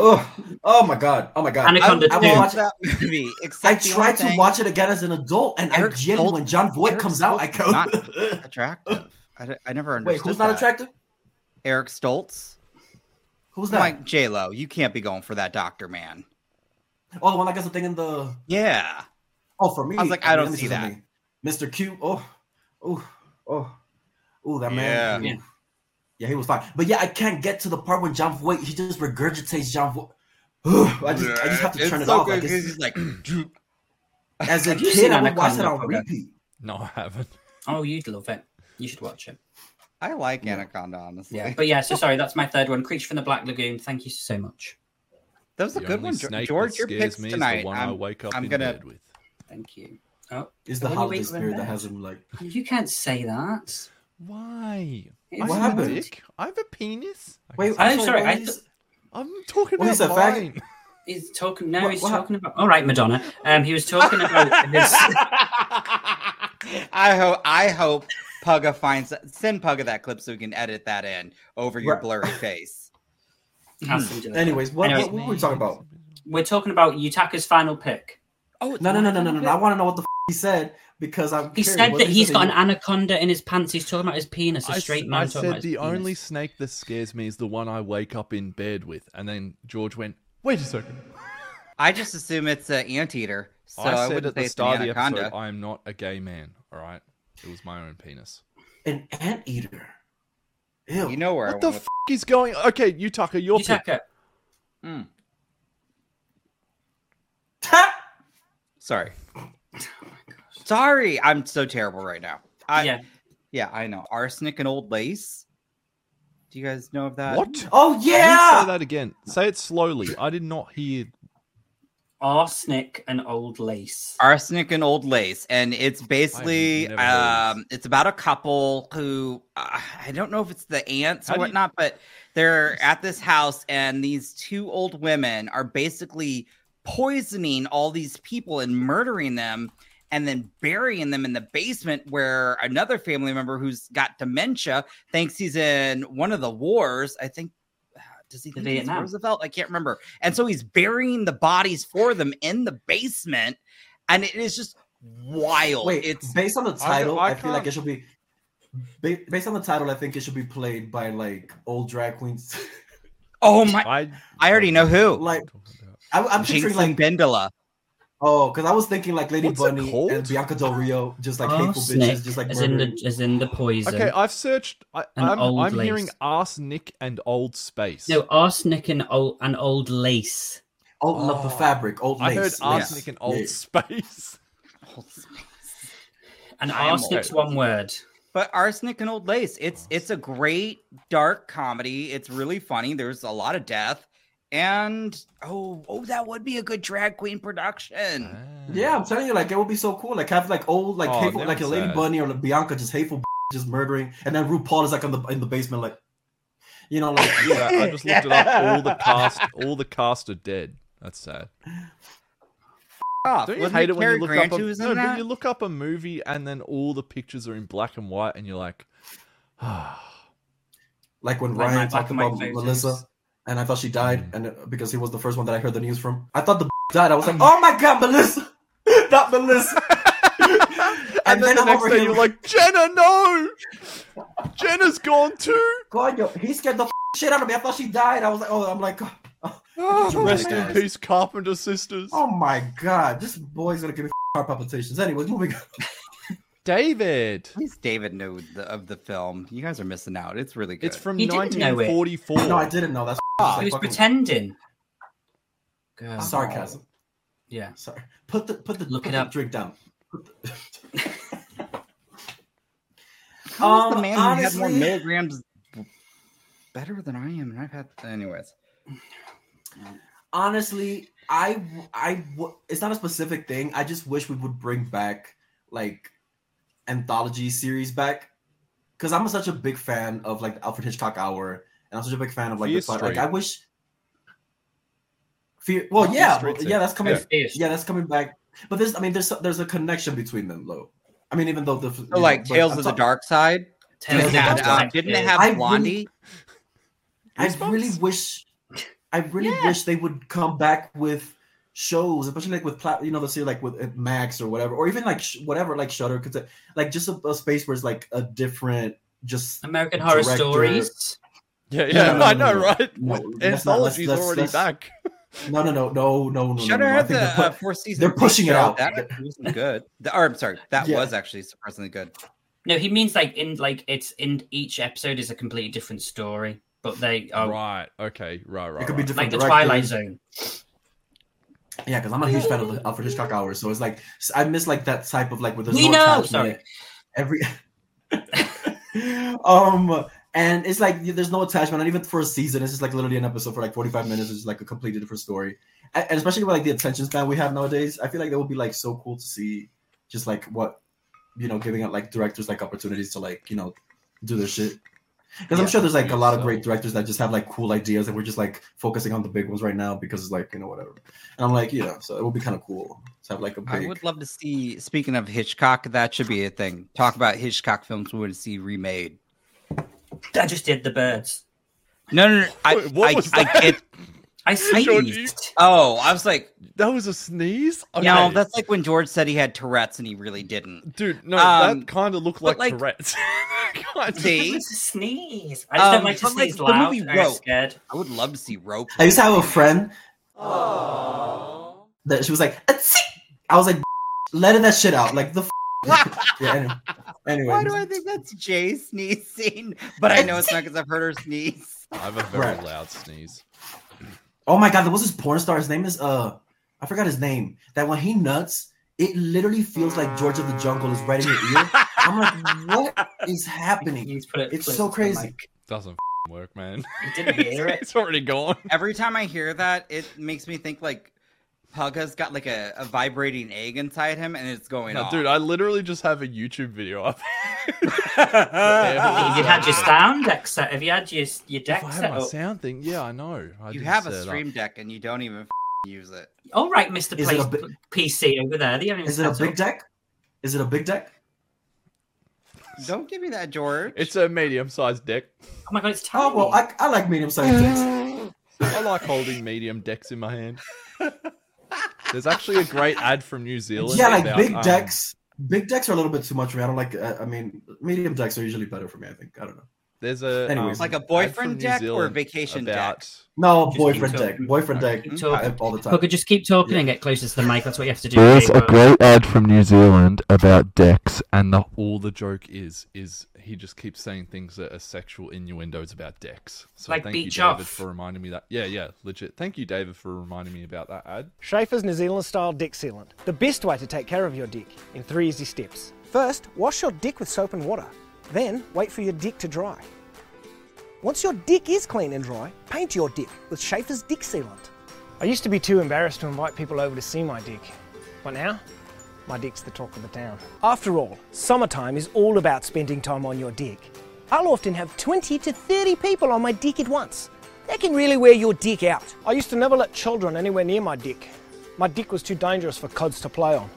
[SPEAKER 2] Oh, oh my god. Oh my god.
[SPEAKER 3] Anaconda
[SPEAKER 2] I, I,
[SPEAKER 3] two.
[SPEAKER 2] will watch,
[SPEAKER 4] that movie.
[SPEAKER 2] I
[SPEAKER 4] Except the only
[SPEAKER 2] tried to
[SPEAKER 4] thing-
[SPEAKER 2] watch it again as an adult, and
[SPEAKER 4] Eric
[SPEAKER 2] I genuinely, when
[SPEAKER 4] Stoltz-
[SPEAKER 2] John Voight
[SPEAKER 4] Eric
[SPEAKER 2] comes out, I
[SPEAKER 4] Stoltz is not
[SPEAKER 2] go.
[SPEAKER 4] attractive. I, d- I never understood.
[SPEAKER 2] Wait, who's not
[SPEAKER 4] that.
[SPEAKER 2] attractive?
[SPEAKER 4] Eric Stoltz.
[SPEAKER 2] Who's that?
[SPEAKER 4] I'm like J Lo, you can't be going for that doctor man.
[SPEAKER 2] Oh, the one that gets the thing in the.
[SPEAKER 4] Yeah.
[SPEAKER 2] Oh, for me,
[SPEAKER 4] I was like, I don't
[SPEAKER 2] let me
[SPEAKER 4] see
[SPEAKER 2] something. Mr. Q. Oh, oh, oh, oh, that man.
[SPEAKER 3] Yeah.
[SPEAKER 2] ooh. Yeah, he was fine. But yeah, I can't get to the part when John Voight. He just regurgitates John Voight. Ugh, I just, I just have to
[SPEAKER 4] it's
[SPEAKER 2] turn it
[SPEAKER 4] so
[SPEAKER 2] off. Like,
[SPEAKER 4] good 'cause
[SPEAKER 2] it's-
[SPEAKER 4] he's like,
[SPEAKER 2] as a
[SPEAKER 3] Have you seen
[SPEAKER 2] kid, I would watch that
[SPEAKER 3] Anaconda,
[SPEAKER 2] on
[SPEAKER 3] Koga?
[SPEAKER 2] repeat.
[SPEAKER 1] No, I haven't.
[SPEAKER 3] Oh, you'd love it. You should watch it.
[SPEAKER 4] I like Anaconda, honestly.
[SPEAKER 3] Yeah. But yeah, so sorry, that's my third one. Creature from the Black Lagoon. Thank you so much.
[SPEAKER 4] That was a
[SPEAKER 1] The
[SPEAKER 4] good
[SPEAKER 1] only
[SPEAKER 4] one, Jo-
[SPEAKER 1] snake
[SPEAKER 4] George.
[SPEAKER 1] that
[SPEAKER 4] Your
[SPEAKER 1] scares
[SPEAKER 4] picks
[SPEAKER 1] me is
[SPEAKER 4] tonight.
[SPEAKER 1] the one i
[SPEAKER 4] I'm,
[SPEAKER 1] wake up
[SPEAKER 4] I'm
[SPEAKER 1] in
[SPEAKER 4] gonna-
[SPEAKER 1] bed with.
[SPEAKER 3] Thank you. Oh,
[SPEAKER 2] It's the
[SPEAKER 3] What do you
[SPEAKER 2] holiday
[SPEAKER 3] wait for
[SPEAKER 2] spirit that
[SPEAKER 3] that?
[SPEAKER 2] has him like.
[SPEAKER 3] you can't say that.
[SPEAKER 1] Why?
[SPEAKER 3] It's
[SPEAKER 1] I
[SPEAKER 2] What
[SPEAKER 1] have a
[SPEAKER 2] happened?
[SPEAKER 1] dick. I have a penis. I
[SPEAKER 2] Wait,
[SPEAKER 1] guess
[SPEAKER 3] I'm
[SPEAKER 2] I'm
[SPEAKER 3] sorry, I
[SPEAKER 2] what is-
[SPEAKER 1] I'm talking
[SPEAKER 2] What is
[SPEAKER 1] about
[SPEAKER 2] that, faggot?
[SPEAKER 1] mine.
[SPEAKER 3] He's talking. No,
[SPEAKER 2] What-
[SPEAKER 3] he's
[SPEAKER 2] what hap-
[SPEAKER 3] talking about. All right, Madonna. Um, he was talking about his.
[SPEAKER 4] I hope I hope Pugga finds send Pugga that clip so we can edit that in over your
[SPEAKER 2] Right.
[SPEAKER 4] blurry face.
[SPEAKER 3] I'll send you that.
[SPEAKER 2] Anyways, what,
[SPEAKER 3] Anyways,
[SPEAKER 2] what, what were we talking about?
[SPEAKER 3] we're talking about Yutaka's final pick.
[SPEAKER 4] Oh it's
[SPEAKER 2] No, no, no,
[SPEAKER 4] not
[SPEAKER 2] no, no,
[SPEAKER 4] that
[SPEAKER 2] no. no.
[SPEAKER 4] bad.
[SPEAKER 2] I want to know what the f- he said because I'm.
[SPEAKER 3] He
[SPEAKER 2] curious.
[SPEAKER 3] said
[SPEAKER 2] What
[SPEAKER 3] that
[SPEAKER 2] did
[SPEAKER 3] he's
[SPEAKER 2] say
[SPEAKER 3] got an
[SPEAKER 2] you-
[SPEAKER 3] anaconda in his pants. He's talking about his penis.
[SPEAKER 1] I
[SPEAKER 3] A
[SPEAKER 1] s-
[SPEAKER 3] straight
[SPEAKER 1] I
[SPEAKER 3] man talking
[SPEAKER 1] said
[SPEAKER 3] about his
[SPEAKER 1] the only
[SPEAKER 3] penis.
[SPEAKER 1] snake that scares me is the one I wake up in bed with. And then George went, wait a second.
[SPEAKER 4] I just assume it's an anteater. So I,
[SPEAKER 1] I said
[SPEAKER 4] wouldn't
[SPEAKER 1] at
[SPEAKER 4] say
[SPEAKER 1] the
[SPEAKER 4] it's an
[SPEAKER 1] start of the
[SPEAKER 4] anaconda.
[SPEAKER 1] episode, I am not a gay man. All right, it was my own penis.
[SPEAKER 2] an anteater. Ew.
[SPEAKER 4] You know where I
[SPEAKER 1] What
[SPEAKER 4] went
[SPEAKER 1] the
[SPEAKER 4] with
[SPEAKER 1] f- is going? Okay, you Tucker, your pick.
[SPEAKER 3] Yutaka.
[SPEAKER 4] Sorry. Sorry, I'm so terrible right now. I, yeah.
[SPEAKER 3] yeah.
[SPEAKER 4] I know. Arsenic and old lace. Do you guys know of that?
[SPEAKER 1] What?
[SPEAKER 2] Oh
[SPEAKER 1] Please
[SPEAKER 2] yeah.
[SPEAKER 1] say that again. Say it slowly. I did not hear.
[SPEAKER 3] Arsenic and old lace.
[SPEAKER 4] arsenic and old lace and it's basically
[SPEAKER 1] never heard of
[SPEAKER 4] um it's about a couple who uh, i don't know if it's the aunts
[SPEAKER 1] How
[SPEAKER 4] or
[SPEAKER 1] do you-
[SPEAKER 4] whatnot but they're at this house and these two old women are basically poisoning all these people and murdering them and then burying them in the basement where another family member who's got dementia thinks he's in one of the wars i think uh, does he think he's
[SPEAKER 3] Vietnam.
[SPEAKER 4] Roosevelt? I can't remember. And so he's burying the bodies for them in the basement, and it is just wild.
[SPEAKER 2] Wait,
[SPEAKER 4] it's
[SPEAKER 2] it's based on the title.
[SPEAKER 1] I
[SPEAKER 2] I, feel like
[SPEAKER 1] can't-
[SPEAKER 2] it should be ba- based on the title. I think it should be played by like old drag queens.
[SPEAKER 4] oh my!
[SPEAKER 1] I
[SPEAKER 4] I already know who.
[SPEAKER 2] like
[SPEAKER 1] talking about.
[SPEAKER 2] I, I'm
[SPEAKER 4] Jinx
[SPEAKER 2] picturing like
[SPEAKER 4] and Bendela.
[SPEAKER 2] oh, because I was thinking like Lady
[SPEAKER 1] What's it
[SPEAKER 2] Bunny
[SPEAKER 1] called?
[SPEAKER 2] and Bianca Del Rio, just like hateful
[SPEAKER 3] arsenic
[SPEAKER 2] bitches, just like
[SPEAKER 3] is Oh, in
[SPEAKER 2] murdering.
[SPEAKER 3] the is in the poison.
[SPEAKER 1] Okay, I've searched. I,
[SPEAKER 3] An
[SPEAKER 1] I'm,
[SPEAKER 3] old
[SPEAKER 1] I'm
[SPEAKER 3] lace.
[SPEAKER 1] hearing arsenic and old space.
[SPEAKER 3] No, arsenic and old and old lace.
[SPEAKER 2] old love the
[SPEAKER 1] Oh.
[SPEAKER 2] fabric, old
[SPEAKER 1] I
[SPEAKER 2] lace.
[SPEAKER 1] heard
[SPEAKER 2] lace.
[SPEAKER 1] arsenic and old
[SPEAKER 2] Yeah.
[SPEAKER 1] space.
[SPEAKER 2] Oh,
[SPEAKER 3] And
[SPEAKER 4] I am
[SPEAKER 3] arsenic's one word.
[SPEAKER 4] But arsenic and old lace. It's it's a great dark comedy. It's really funny. There's a lot of death, and oh oh, that would be a good drag queen production.
[SPEAKER 2] Yeah, I'm telling you, like it would be so cool. Like have like old, like
[SPEAKER 1] Oh,
[SPEAKER 2] hateful,
[SPEAKER 1] that
[SPEAKER 2] like a
[SPEAKER 1] was
[SPEAKER 2] Lady
[SPEAKER 1] sad.
[SPEAKER 2] Bunny or like Bianca, just hateful, b- just murdering, and then RuPaul is like on the in the basement, like you know, like
[SPEAKER 1] Yeah,
[SPEAKER 2] yeah.
[SPEAKER 1] I just looked it up. All the cast, all the cast are dead. That's sad.
[SPEAKER 2] Uh,
[SPEAKER 4] Off.
[SPEAKER 1] Don't you
[SPEAKER 4] Wasn't
[SPEAKER 1] hate it when
[SPEAKER 4] Cary
[SPEAKER 1] you look
[SPEAKER 4] Grant
[SPEAKER 1] up? A,
[SPEAKER 4] who was in
[SPEAKER 1] no,
[SPEAKER 4] that?
[SPEAKER 1] but you look up a movie and then all the pictures are in black and white, and you're like,
[SPEAKER 2] like when
[SPEAKER 3] Like my
[SPEAKER 2] Ryan
[SPEAKER 3] black
[SPEAKER 2] talked
[SPEAKER 3] and white
[SPEAKER 2] about
[SPEAKER 3] photos.
[SPEAKER 2] Melissa, and I thought she
[SPEAKER 3] Mm.
[SPEAKER 2] died, and uh, because he was the first one that I heard the news from, I thought the b- died. I was like,
[SPEAKER 3] Uh-huh.
[SPEAKER 2] oh my god, Melissa, not Melissa.
[SPEAKER 1] and,
[SPEAKER 2] And
[SPEAKER 1] then,
[SPEAKER 2] then
[SPEAKER 1] the
[SPEAKER 2] I'm
[SPEAKER 1] next
[SPEAKER 2] over
[SPEAKER 1] day
[SPEAKER 2] here-
[SPEAKER 1] you're like, Jenna, no, Jenna's gone too.
[SPEAKER 2] God, yo, he scared the f- shit out of me. I thought she died. I was like, oh, I'm like, oh,
[SPEAKER 1] Oh,
[SPEAKER 2] Oh my
[SPEAKER 1] Rest in
[SPEAKER 2] God.
[SPEAKER 1] peace, Carpenter Sisters.
[SPEAKER 2] oh my god, this boy's gonna give me f- heart palpitations. Anyways, moving on.
[SPEAKER 1] David.
[SPEAKER 4] At least David knew the, of the film. You guys are missing out. It's really good.
[SPEAKER 1] It's from
[SPEAKER 3] He didn't know it.
[SPEAKER 1] 1944.
[SPEAKER 2] No, I didn't know. That's
[SPEAKER 3] He
[SPEAKER 2] like
[SPEAKER 3] was
[SPEAKER 2] Ah, fucking Ah.
[SPEAKER 3] pretending. Girl.
[SPEAKER 2] sarcasm.
[SPEAKER 3] Yeah.
[SPEAKER 2] Sorry. Put the put the
[SPEAKER 3] Look
[SPEAKER 2] put
[SPEAKER 3] it
[SPEAKER 2] the
[SPEAKER 3] up.
[SPEAKER 2] Drink down.
[SPEAKER 4] Who was the
[SPEAKER 2] Um,
[SPEAKER 4] man who had
[SPEAKER 2] honestly-
[SPEAKER 4] more milligrams better than I am? And I've had, anyways.
[SPEAKER 2] Honestly, I w- I w- it's not a specific thing. I just wish we would bring back like anthology series back because I'm such a big fan of like the Alfred Hitchcock Hour, and I'm such a big fan of like
[SPEAKER 1] Fear
[SPEAKER 2] the thought- like
[SPEAKER 1] Street.
[SPEAKER 2] I wish. Fear. Well, yeah,
[SPEAKER 1] Street's
[SPEAKER 2] yeah,
[SPEAKER 1] it.
[SPEAKER 2] that's coming.
[SPEAKER 1] Yeah.
[SPEAKER 2] Yeah.
[SPEAKER 3] Fierce.
[SPEAKER 2] that's coming back. But there's, I mean, there's there's a connection between them, though. I mean, even though the you know,
[SPEAKER 4] So, like
[SPEAKER 2] but
[SPEAKER 4] Tales
[SPEAKER 2] I'm
[SPEAKER 4] of the
[SPEAKER 2] talk-
[SPEAKER 4] Dark Side.
[SPEAKER 3] Tales
[SPEAKER 4] It
[SPEAKER 3] of
[SPEAKER 4] had,
[SPEAKER 3] the
[SPEAKER 4] uh,
[SPEAKER 3] Dark
[SPEAKER 4] didn't it
[SPEAKER 3] Side.
[SPEAKER 4] have
[SPEAKER 2] I really-
[SPEAKER 4] Blondie?
[SPEAKER 2] I
[SPEAKER 1] Goosebumps?
[SPEAKER 2] really wish, I really wish they would come back with shows, especially like with plat, you know, the series like with uh, Max or whatever, or even like sh- whatever, like Shutter, because like just a, a space where it's like a different, just
[SPEAKER 3] American Horror
[SPEAKER 2] Director.
[SPEAKER 3] Stories.
[SPEAKER 1] Yeah,
[SPEAKER 2] No,
[SPEAKER 1] yeah,
[SPEAKER 2] no, no,
[SPEAKER 1] I
[SPEAKER 2] no,
[SPEAKER 1] know,
[SPEAKER 2] no.
[SPEAKER 1] right?
[SPEAKER 2] No,
[SPEAKER 1] With-
[SPEAKER 2] that's not- let's-
[SPEAKER 1] Anthology's
[SPEAKER 2] let's-
[SPEAKER 1] already
[SPEAKER 2] let's-
[SPEAKER 1] back.
[SPEAKER 2] no, no, no, no, no, no, no.
[SPEAKER 4] Shutter
[SPEAKER 2] no. I
[SPEAKER 4] had
[SPEAKER 2] think
[SPEAKER 4] the
[SPEAKER 2] they put-
[SPEAKER 4] uh, four seasons.
[SPEAKER 2] they're pushing it out.
[SPEAKER 4] That wasn't good. The, or, I'm sorry, that
[SPEAKER 2] Yeah.
[SPEAKER 4] was actually surprisingly good.
[SPEAKER 3] No, he means like in like it's in each episode is a completely different story, but they are
[SPEAKER 1] Right. Okay. Right. Right.
[SPEAKER 2] um, it could be
[SPEAKER 1] right.
[SPEAKER 2] different.
[SPEAKER 3] like the
[SPEAKER 2] directors.
[SPEAKER 3] Twilight Zone.
[SPEAKER 2] Yeah, because I'm a huge fan of the Alfred Hitchcock hours, so it's like s- I miss like that type of like with the
[SPEAKER 3] We know! Sorry.
[SPEAKER 2] Every um, and it's like there's no attachment, and even for a season, it's just like literally an episode for like 45 minutes. It's just, like a completely different story, and, and especially with like the attention span we have nowadays, I feel like that would be like so cool to see, just like what you know, giving out like directors like opportunities to like you know do their shit. Because I'm sure there's like a lot of great directors that just have like cool ideas, and we're just like focusing on the big ones right now because it's like you know whatever. And I'm like, you know, so it would be kind of cool to have like a big.
[SPEAKER 4] I would love to see. Speaking of Hitchcock, that should be a thing. Talk about Hitchcock films we want to see remade.
[SPEAKER 3] I just did the birds.
[SPEAKER 4] No, no, no. I,
[SPEAKER 1] Wait, what
[SPEAKER 4] I,
[SPEAKER 1] was
[SPEAKER 4] I
[SPEAKER 1] that?
[SPEAKER 4] get-
[SPEAKER 3] I
[SPEAKER 1] Sean, do
[SPEAKER 3] sneezed.
[SPEAKER 4] oh, I was like,
[SPEAKER 1] That was a sneeze.
[SPEAKER 4] no,
[SPEAKER 1] Okay.
[SPEAKER 4] that's like when George said he had Tourette's and he really didn't.
[SPEAKER 1] dude. No,
[SPEAKER 4] um,
[SPEAKER 1] that kind of looked
[SPEAKER 4] but,
[SPEAKER 1] like,
[SPEAKER 4] like-
[SPEAKER 1] Tourette's. Kinda.
[SPEAKER 4] See?
[SPEAKER 3] It was a sneeze. I just
[SPEAKER 4] Um,
[SPEAKER 3] don't like to
[SPEAKER 4] but, like,
[SPEAKER 3] sneeze
[SPEAKER 4] the
[SPEAKER 3] loud.
[SPEAKER 4] movie
[SPEAKER 3] I
[SPEAKER 4] Rope.
[SPEAKER 3] was scared.
[SPEAKER 4] I would love to see rope.
[SPEAKER 2] I used to have a friend that she was like, "Atsy!" I was like, letting that shit out. Like, the f-. yeah, anyway. anyway.
[SPEAKER 4] Why do I think that's Jay sneezing? But I know it's not because I've heard her sneeze.
[SPEAKER 1] I have a very
[SPEAKER 2] Right.
[SPEAKER 1] loud sneeze.
[SPEAKER 2] Oh my god, there was this porn star. His name is, uh, I forgot his name. That when he nuts, it literally feels like George of the Jungle is right in your ear. I'm like, what is happening?
[SPEAKER 3] Please put it
[SPEAKER 2] It's
[SPEAKER 3] closer
[SPEAKER 2] so
[SPEAKER 3] to the
[SPEAKER 2] crazy.
[SPEAKER 3] mic.
[SPEAKER 1] Doesn't work, man.
[SPEAKER 3] You didn't hear it.
[SPEAKER 1] it's already gone.
[SPEAKER 4] Every time I hear that, it makes me think like Pugga's got like a, a vibrating egg inside him and it's going
[SPEAKER 1] No,
[SPEAKER 4] off.
[SPEAKER 1] dude, I literally just have a YouTube video up.
[SPEAKER 3] You had your sound deck set. Have you had your your oh,
[SPEAKER 1] If
[SPEAKER 3] deck
[SPEAKER 1] I
[SPEAKER 3] set
[SPEAKER 1] had my
[SPEAKER 3] up?
[SPEAKER 1] sound thing, yeah, I know. I uh,
[SPEAKER 4] you
[SPEAKER 1] didn't
[SPEAKER 4] have
[SPEAKER 1] set it
[SPEAKER 4] a
[SPEAKER 1] up.
[SPEAKER 4] stream deck and you don't even f- use it.
[SPEAKER 3] All right, Mister
[SPEAKER 2] Is it
[SPEAKER 3] Place
[SPEAKER 2] a bit-
[SPEAKER 3] PC over there. The only
[SPEAKER 2] Is it a big deck? Is it a big deck?
[SPEAKER 4] Don't give me that, George.
[SPEAKER 1] It's a medium-sized deck.
[SPEAKER 3] Oh my god, it's tiny.
[SPEAKER 2] Oh well, I, I like medium sized decks.
[SPEAKER 1] I like holding medium decks in my hand. There's actually a great ad from New Zealand.
[SPEAKER 2] Yeah, like
[SPEAKER 1] about,
[SPEAKER 2] big
[SPEAKER 1] um,
[SPEAKER 2] decks. Big decks are a little bit too much for me. I don't like. uh, I, I mean, medium decks are usually better for me. I think. I don't know.
[SPEAKER 1] There's a
[SPEAKER 2] Anyways.
[SPEAKER 1] um,
[SPEAKER 4] like a
[SPEAKER 1] ad from
[SPEAKER 4] boyfriend
[SPEAKER 1] New
[SPEAKER 4] deck or a
[SPEAKER 1] Zealand
[SPEAKER 4] vacation
[SPEAKER 1] about,
[SPEAKER 4] deck.
[SPEAKER 2] No,
[SPEAKER 3] Just keep
[SPEAKER 2] boyfriend
[SPEAKER 3] talking.
[SPEAKER 2] deck. Boyfriend deck.
[SPEAKER 3] Keep
[SPEAKER 2] I-
[SPEAKER 3] talking.
[SPEAKER 2] all the time.
[SPEAKER 3] Hooker, just keep talking
[SPEAKER 2] Yeah.
[SPEAKER 3] and get closer to the mic. That's what you have to do.
[SPEAKER 1] There's
[SPEAKER 3] okay,
[SPEAKER 1] a
[SPEAKER 3] but-
[SPEAKER 1] great ad from New Zealand about decks, and the, all the joke is is he just keeps saying things that are sexual innuendos about decks. So
[SPEAKER 3] Like
[SPEAKER 1] thank you,
[SPEAKER 3] beach
[SPEAKER 1] David,
[SPEAKER 3] off.
[SPEAKER 1] for reminding me that. Yeah, yeah, legit. Thank you, David, for reminding me about that ad.
[SPEAKER 8] Schaefer's New Zealand style dick sealant. The best way to take care of your dick in three easy steps. First, wash your dick with soap and water. Then, wait for your dick to dry. Once your dick is clean and dry, paint your dick with Schaefer's dick sealant. I used to be too embarrassed to invite people over to see my dick, but now, my dick's the talk of the town. After all, summertime is all about spending time on your dick. I'll often have 20 to 30 people on my dick at once. That can really wear your dick out. I used to never let children anywhere near my dick. My dick was too dangerous for cods to play on.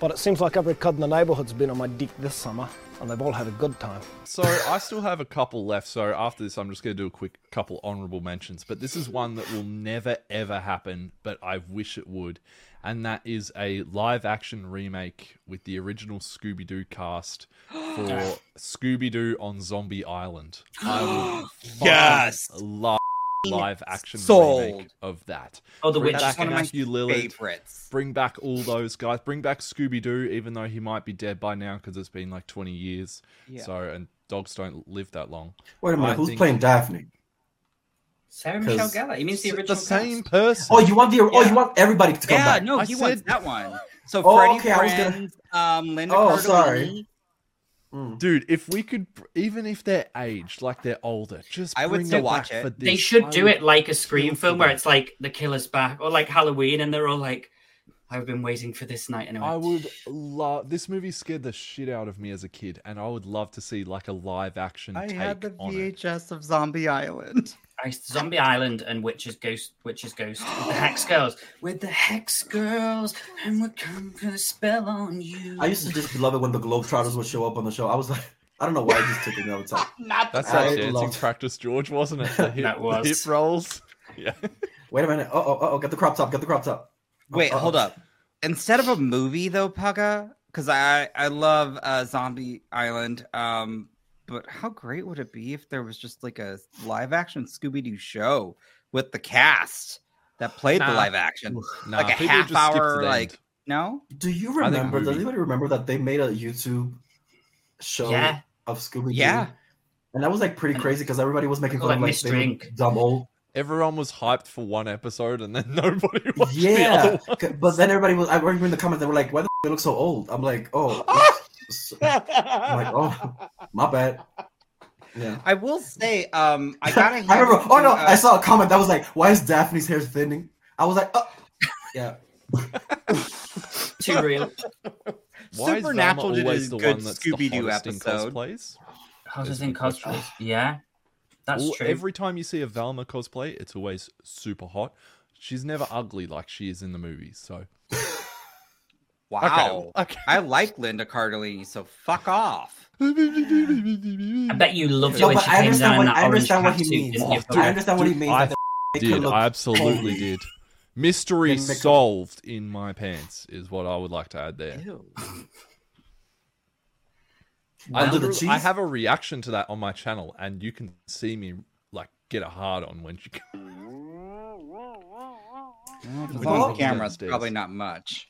[SPEAKER 8] But it seems like every cod in the neighbourhood's been on my dick this summer, and they've all had a good time.
[SPEAKER 1] So I still have a couple left. So after this, I'm just going to do a quick couple honorable mentions. But this is one that will never ever happen, but I wish it would. And that is a live action remake with the original Scooby Doo cast for Scooby Doo on Zombie Island. I would
[SPEAKER 4] Yes.
[SPEAKER 1] love live action remake
[SPEAKER 4] Sold.
[SPEAKER 1] of that.
[SPEAKER 3] Oh, the
[SPEAKER 1] Bring
[SPEAKER 3] witch.
[SPEAKER 1] back
[SPEAKER 4] That's one of my
[SPEAKER 1] Matthew Lillard.
[SPEAKER 4] favorites.
[SPEAKER 1] Bring back all those guys. Bring back Scooby Doo, even though he might be dead by now because it's been like 20 years.
[SPEAKER 4] Yeah.
[SPEAKER 1] So, and dogs don't live that long.
[SPEAKER 2] Wait a minute.
[SPEAKER 1] I
[SPEAKER 2] Who's
[SPEAKER 1] think-
[SPEAKER 2] playing Daphne?
[SPEAKER 3] Sarah Michelle
[SPEAKER 2] 'Cause-
[SPEAKER 3] Gellar. He means the
[SPEAKER 1] S-
[SPEAKER 3] original.
[SPEAKER 1] same
[SPEAKER 3] cast.
[SPEAKER 1] person.
[SPEAKER 2] Oh, you want the? Oh, you want everybody to come
[SPEAKER 4] Yeah,
[SPEAKER 2] back?
[SPEAKER 4] no,
[SPEAKER 1] I
[SPEAKER 4] he wants
[SPEAKER 1] said-
[SPEAKER 4] that one. So
[SPEAKER 2] Oh,
[SPEAKER 4] Freddie
[SPEAKER 2] okay, I was gonna-
[SPEAKER 4] Friends, um, Linda
[SPEAKER 2] Oh,
[SPEAKER 4] Cardellini.
[SPEAKER 2] sorry.
[SPEAKER 1] Dude, if we could, even if they're aged, like they're older, just
[SPEAKER 4] I would
[SPEAKER 1] bring
[SPEAKER 4] still
[SPEAKER 1] it
[SPEAKER 4] watch
[SPEAKER 1] back
[SPEAKER 4] it.
[SPEAKER 1] for
[SPEAKER 3] They
[SPEAKER 1] this.
[SPEAKER 3] should
[SPEAKER 1] I
[SPEAKER 3] do
[SPEAKER 1] would-
[SPEAKER 3] it like a scream
[SPEAKER 1] for
[SPEAKER 3] film where
[SPEAKER 1] that.
[SPEAKER 3] it's like the killer's back or like Halloween, and they're all like, "I've been waiting for this night." Anyway,
[SPEAKER 1] I would love this movie. Scared the shit out of me as a kid, and I would love to see like a live action
[SPEAKER 4] I
[SPEAKER 1] take
[SPEAKER 4] had the
[SPEAKER 1] on it.
[SPEAKER 4] VHS of Zombie Island.
[SPEAKER 3] I- Zombie Island and Witch's Ghost, Witch's Ghost, with the Hex Girls, with the Hex Girls, and we're come to spell on you.
[SPEAKER 2] I used to just love it when the Globetrotters would show up on the show. I was like, I don't know why it just took me all the time.
[SPEAKER 4] Not
[SPEAKER 1] That's
[SPEAKER 2] I
[SPEAKER 1] like dancing
[SPEAKER 2] love-
[SPEAKER 1] practice, George, wasn't it? The hip,
[SPEAKER 3] That was.
[SPEAKER 1] the hip rolls. Yeah,
[SPEAKER 2] Wait a minute. Oh, oh, oh, get the crop top. Get the crop top.
[SPEAKER 4] Wait,
[SPEAKER 2] Uh-oh.
[SPEAKER 4] hold up. Instead of a movie though, Paga, because I I love uh, Zombie Island. Um, but how great would it be if there was just like a live action Scooby Doo show with the cast that played
[SPEAKER 1] Nah.
[SPEAKER 4] the live action?
[SPEAKER 1] nah,
[SPEAKER 4] Like a
[SPEAKER 1] people
[SPEAKER 4] half
[SPEAKER 1] just skip to
[SPEAKER 4] hour,
[SPEAKER 1] the
[SPEAKER 4] like-
[SPEAKER 1] end.
[SPEAKER 4] No,
[SPEAKER 2] Do you
[SPEAKER 1] I think
[SPEAKER 2] remember? Does
[SPEAKER 1] movie.
[SPEAKER 2] anybody remember that they made a YouTube show
[SPEAKER 3] Yeah.
[SPEAKER 2] of Scooby Doo?
[SPEAKER 4] Yeah.
[SPEAKER 2] And that was like pretty
[SPEAKER 3] And-
[SPEAKER 2] crazy because everybody was making fun
[SPEAKER 3] Like
[SPEAKER 2] of like
[SPEAKER 3] Mr.
[SPEAKER 2] they were
[SPEAKER 3] Ink.
[SPEAKER 2] dumb old.
[SPEAKER 1] everyone was hyped for one episode, and then nobody watched the
[SPEAKER 2] Yeah.
[SPEAKER 1] other one.
[SPEAKER 2] c- But then everybody was. I remember in the comments they were like, "Why the f- they look so old?" I'm like, "Oh." s- I'm like, oh, my bad. Yeah.
[SPEAKER 4] I will say, um, I
[SPEAKER 2] I
[SPEAKER 4] gotta. hand
[SPEAKER 2] remember.
[SPEAKER 4] it
[SPEAKER 2] Oh
[SPEAKER 4] to,
[SPEAKER 2] no,
[SPEAKER 4] uh,
[SPEAKER 2] I saw a comment that was like, "Why is Daphne's hair thinning?" I was like, "Oh, yeah."
[SPEAKER 3] Too real.
[SPEAKER 1] Why is Velma
[SPEAKER 4] Supernatural did a
[SPEAKER 1] always the
[SPEAKER 4] good
[SPEAKER 1] one that's
[SPEAKER 4] Scooby
[SPEAKER 1] the
[SPEAKER 4] Doo
[SPEAKER 1] hottest in
[SPEAKER 4] episode.
[SPEAKER 1] cosplays?
[SPEAKER 3] How does
[SPEAKER 1] That's a
[SPEAKER 3] in
[SPEAKER 1] good question.
[SPEAKER 3] cosplays? Yeah, that's
[SPEAKER 1] All-
[SPEAKER 3] true.
[SPEAKER 1] Every time you see a Velma cosplay, it's always super hot. She's never ugly like she is in the movies. So
[SPEAKER 4] Wow,
[SPEAKER 1] okay.
[SPEAKER 4] I like Linda Cardellini, so fuck off.
[SPEAKER 3] I bet you loved it
[SPEAKER 2] No,
[SPEAKER 3] when
[SPEAKER 2] but
[SPEAKER 3] she
[SPEAKER 2] I
[SPEAKER 3] came
[SPEAKER 2] understand
[SPEAKER 3] down in
[SPEAKER 2] what-
[SPEAKER 3] that
[SPEAKER 2] I
[SPEAKER 3] orange
[SPEAKER 2] understand what he
[SPEAKER 3] catsuit,
[SPEAKER 2] means.
[SPEAKER 3] didn't you?
[SPEAKER 2] I understand what he means.
[SPEAKER 1] I
[SPEAKER 2] that they could
[SPEAKER 1] did.
[SPEAKER 2] look
[SPEAKER 1] I absolutely
[SPEAKER 2] old.
[SPEAKER 1] did. Mystery
[SPEAKER 2] Then make a-
[SPEAKER 1] solved in my pants is what I would like to add there.
[SPEAKER 4] Ew.
[SPEAKER 1] I,
[SPEAKER 2] Under the
[SPEAKER 1] literally-
[SPEAKER 2] cheese?
[SPEAKER 1] I have a reaction to that on my channel, and you can see me like get a hard on when she.
[SPEAKER 4] Well, if it's
[SPEAKER 1] Well,
[SPEAKER 4] on
[SPEAKER 2] well,
[SPEAKER 4] camera, it's
[SPEAKER 1] downstairs.
[SPEAKER 4] probably not much.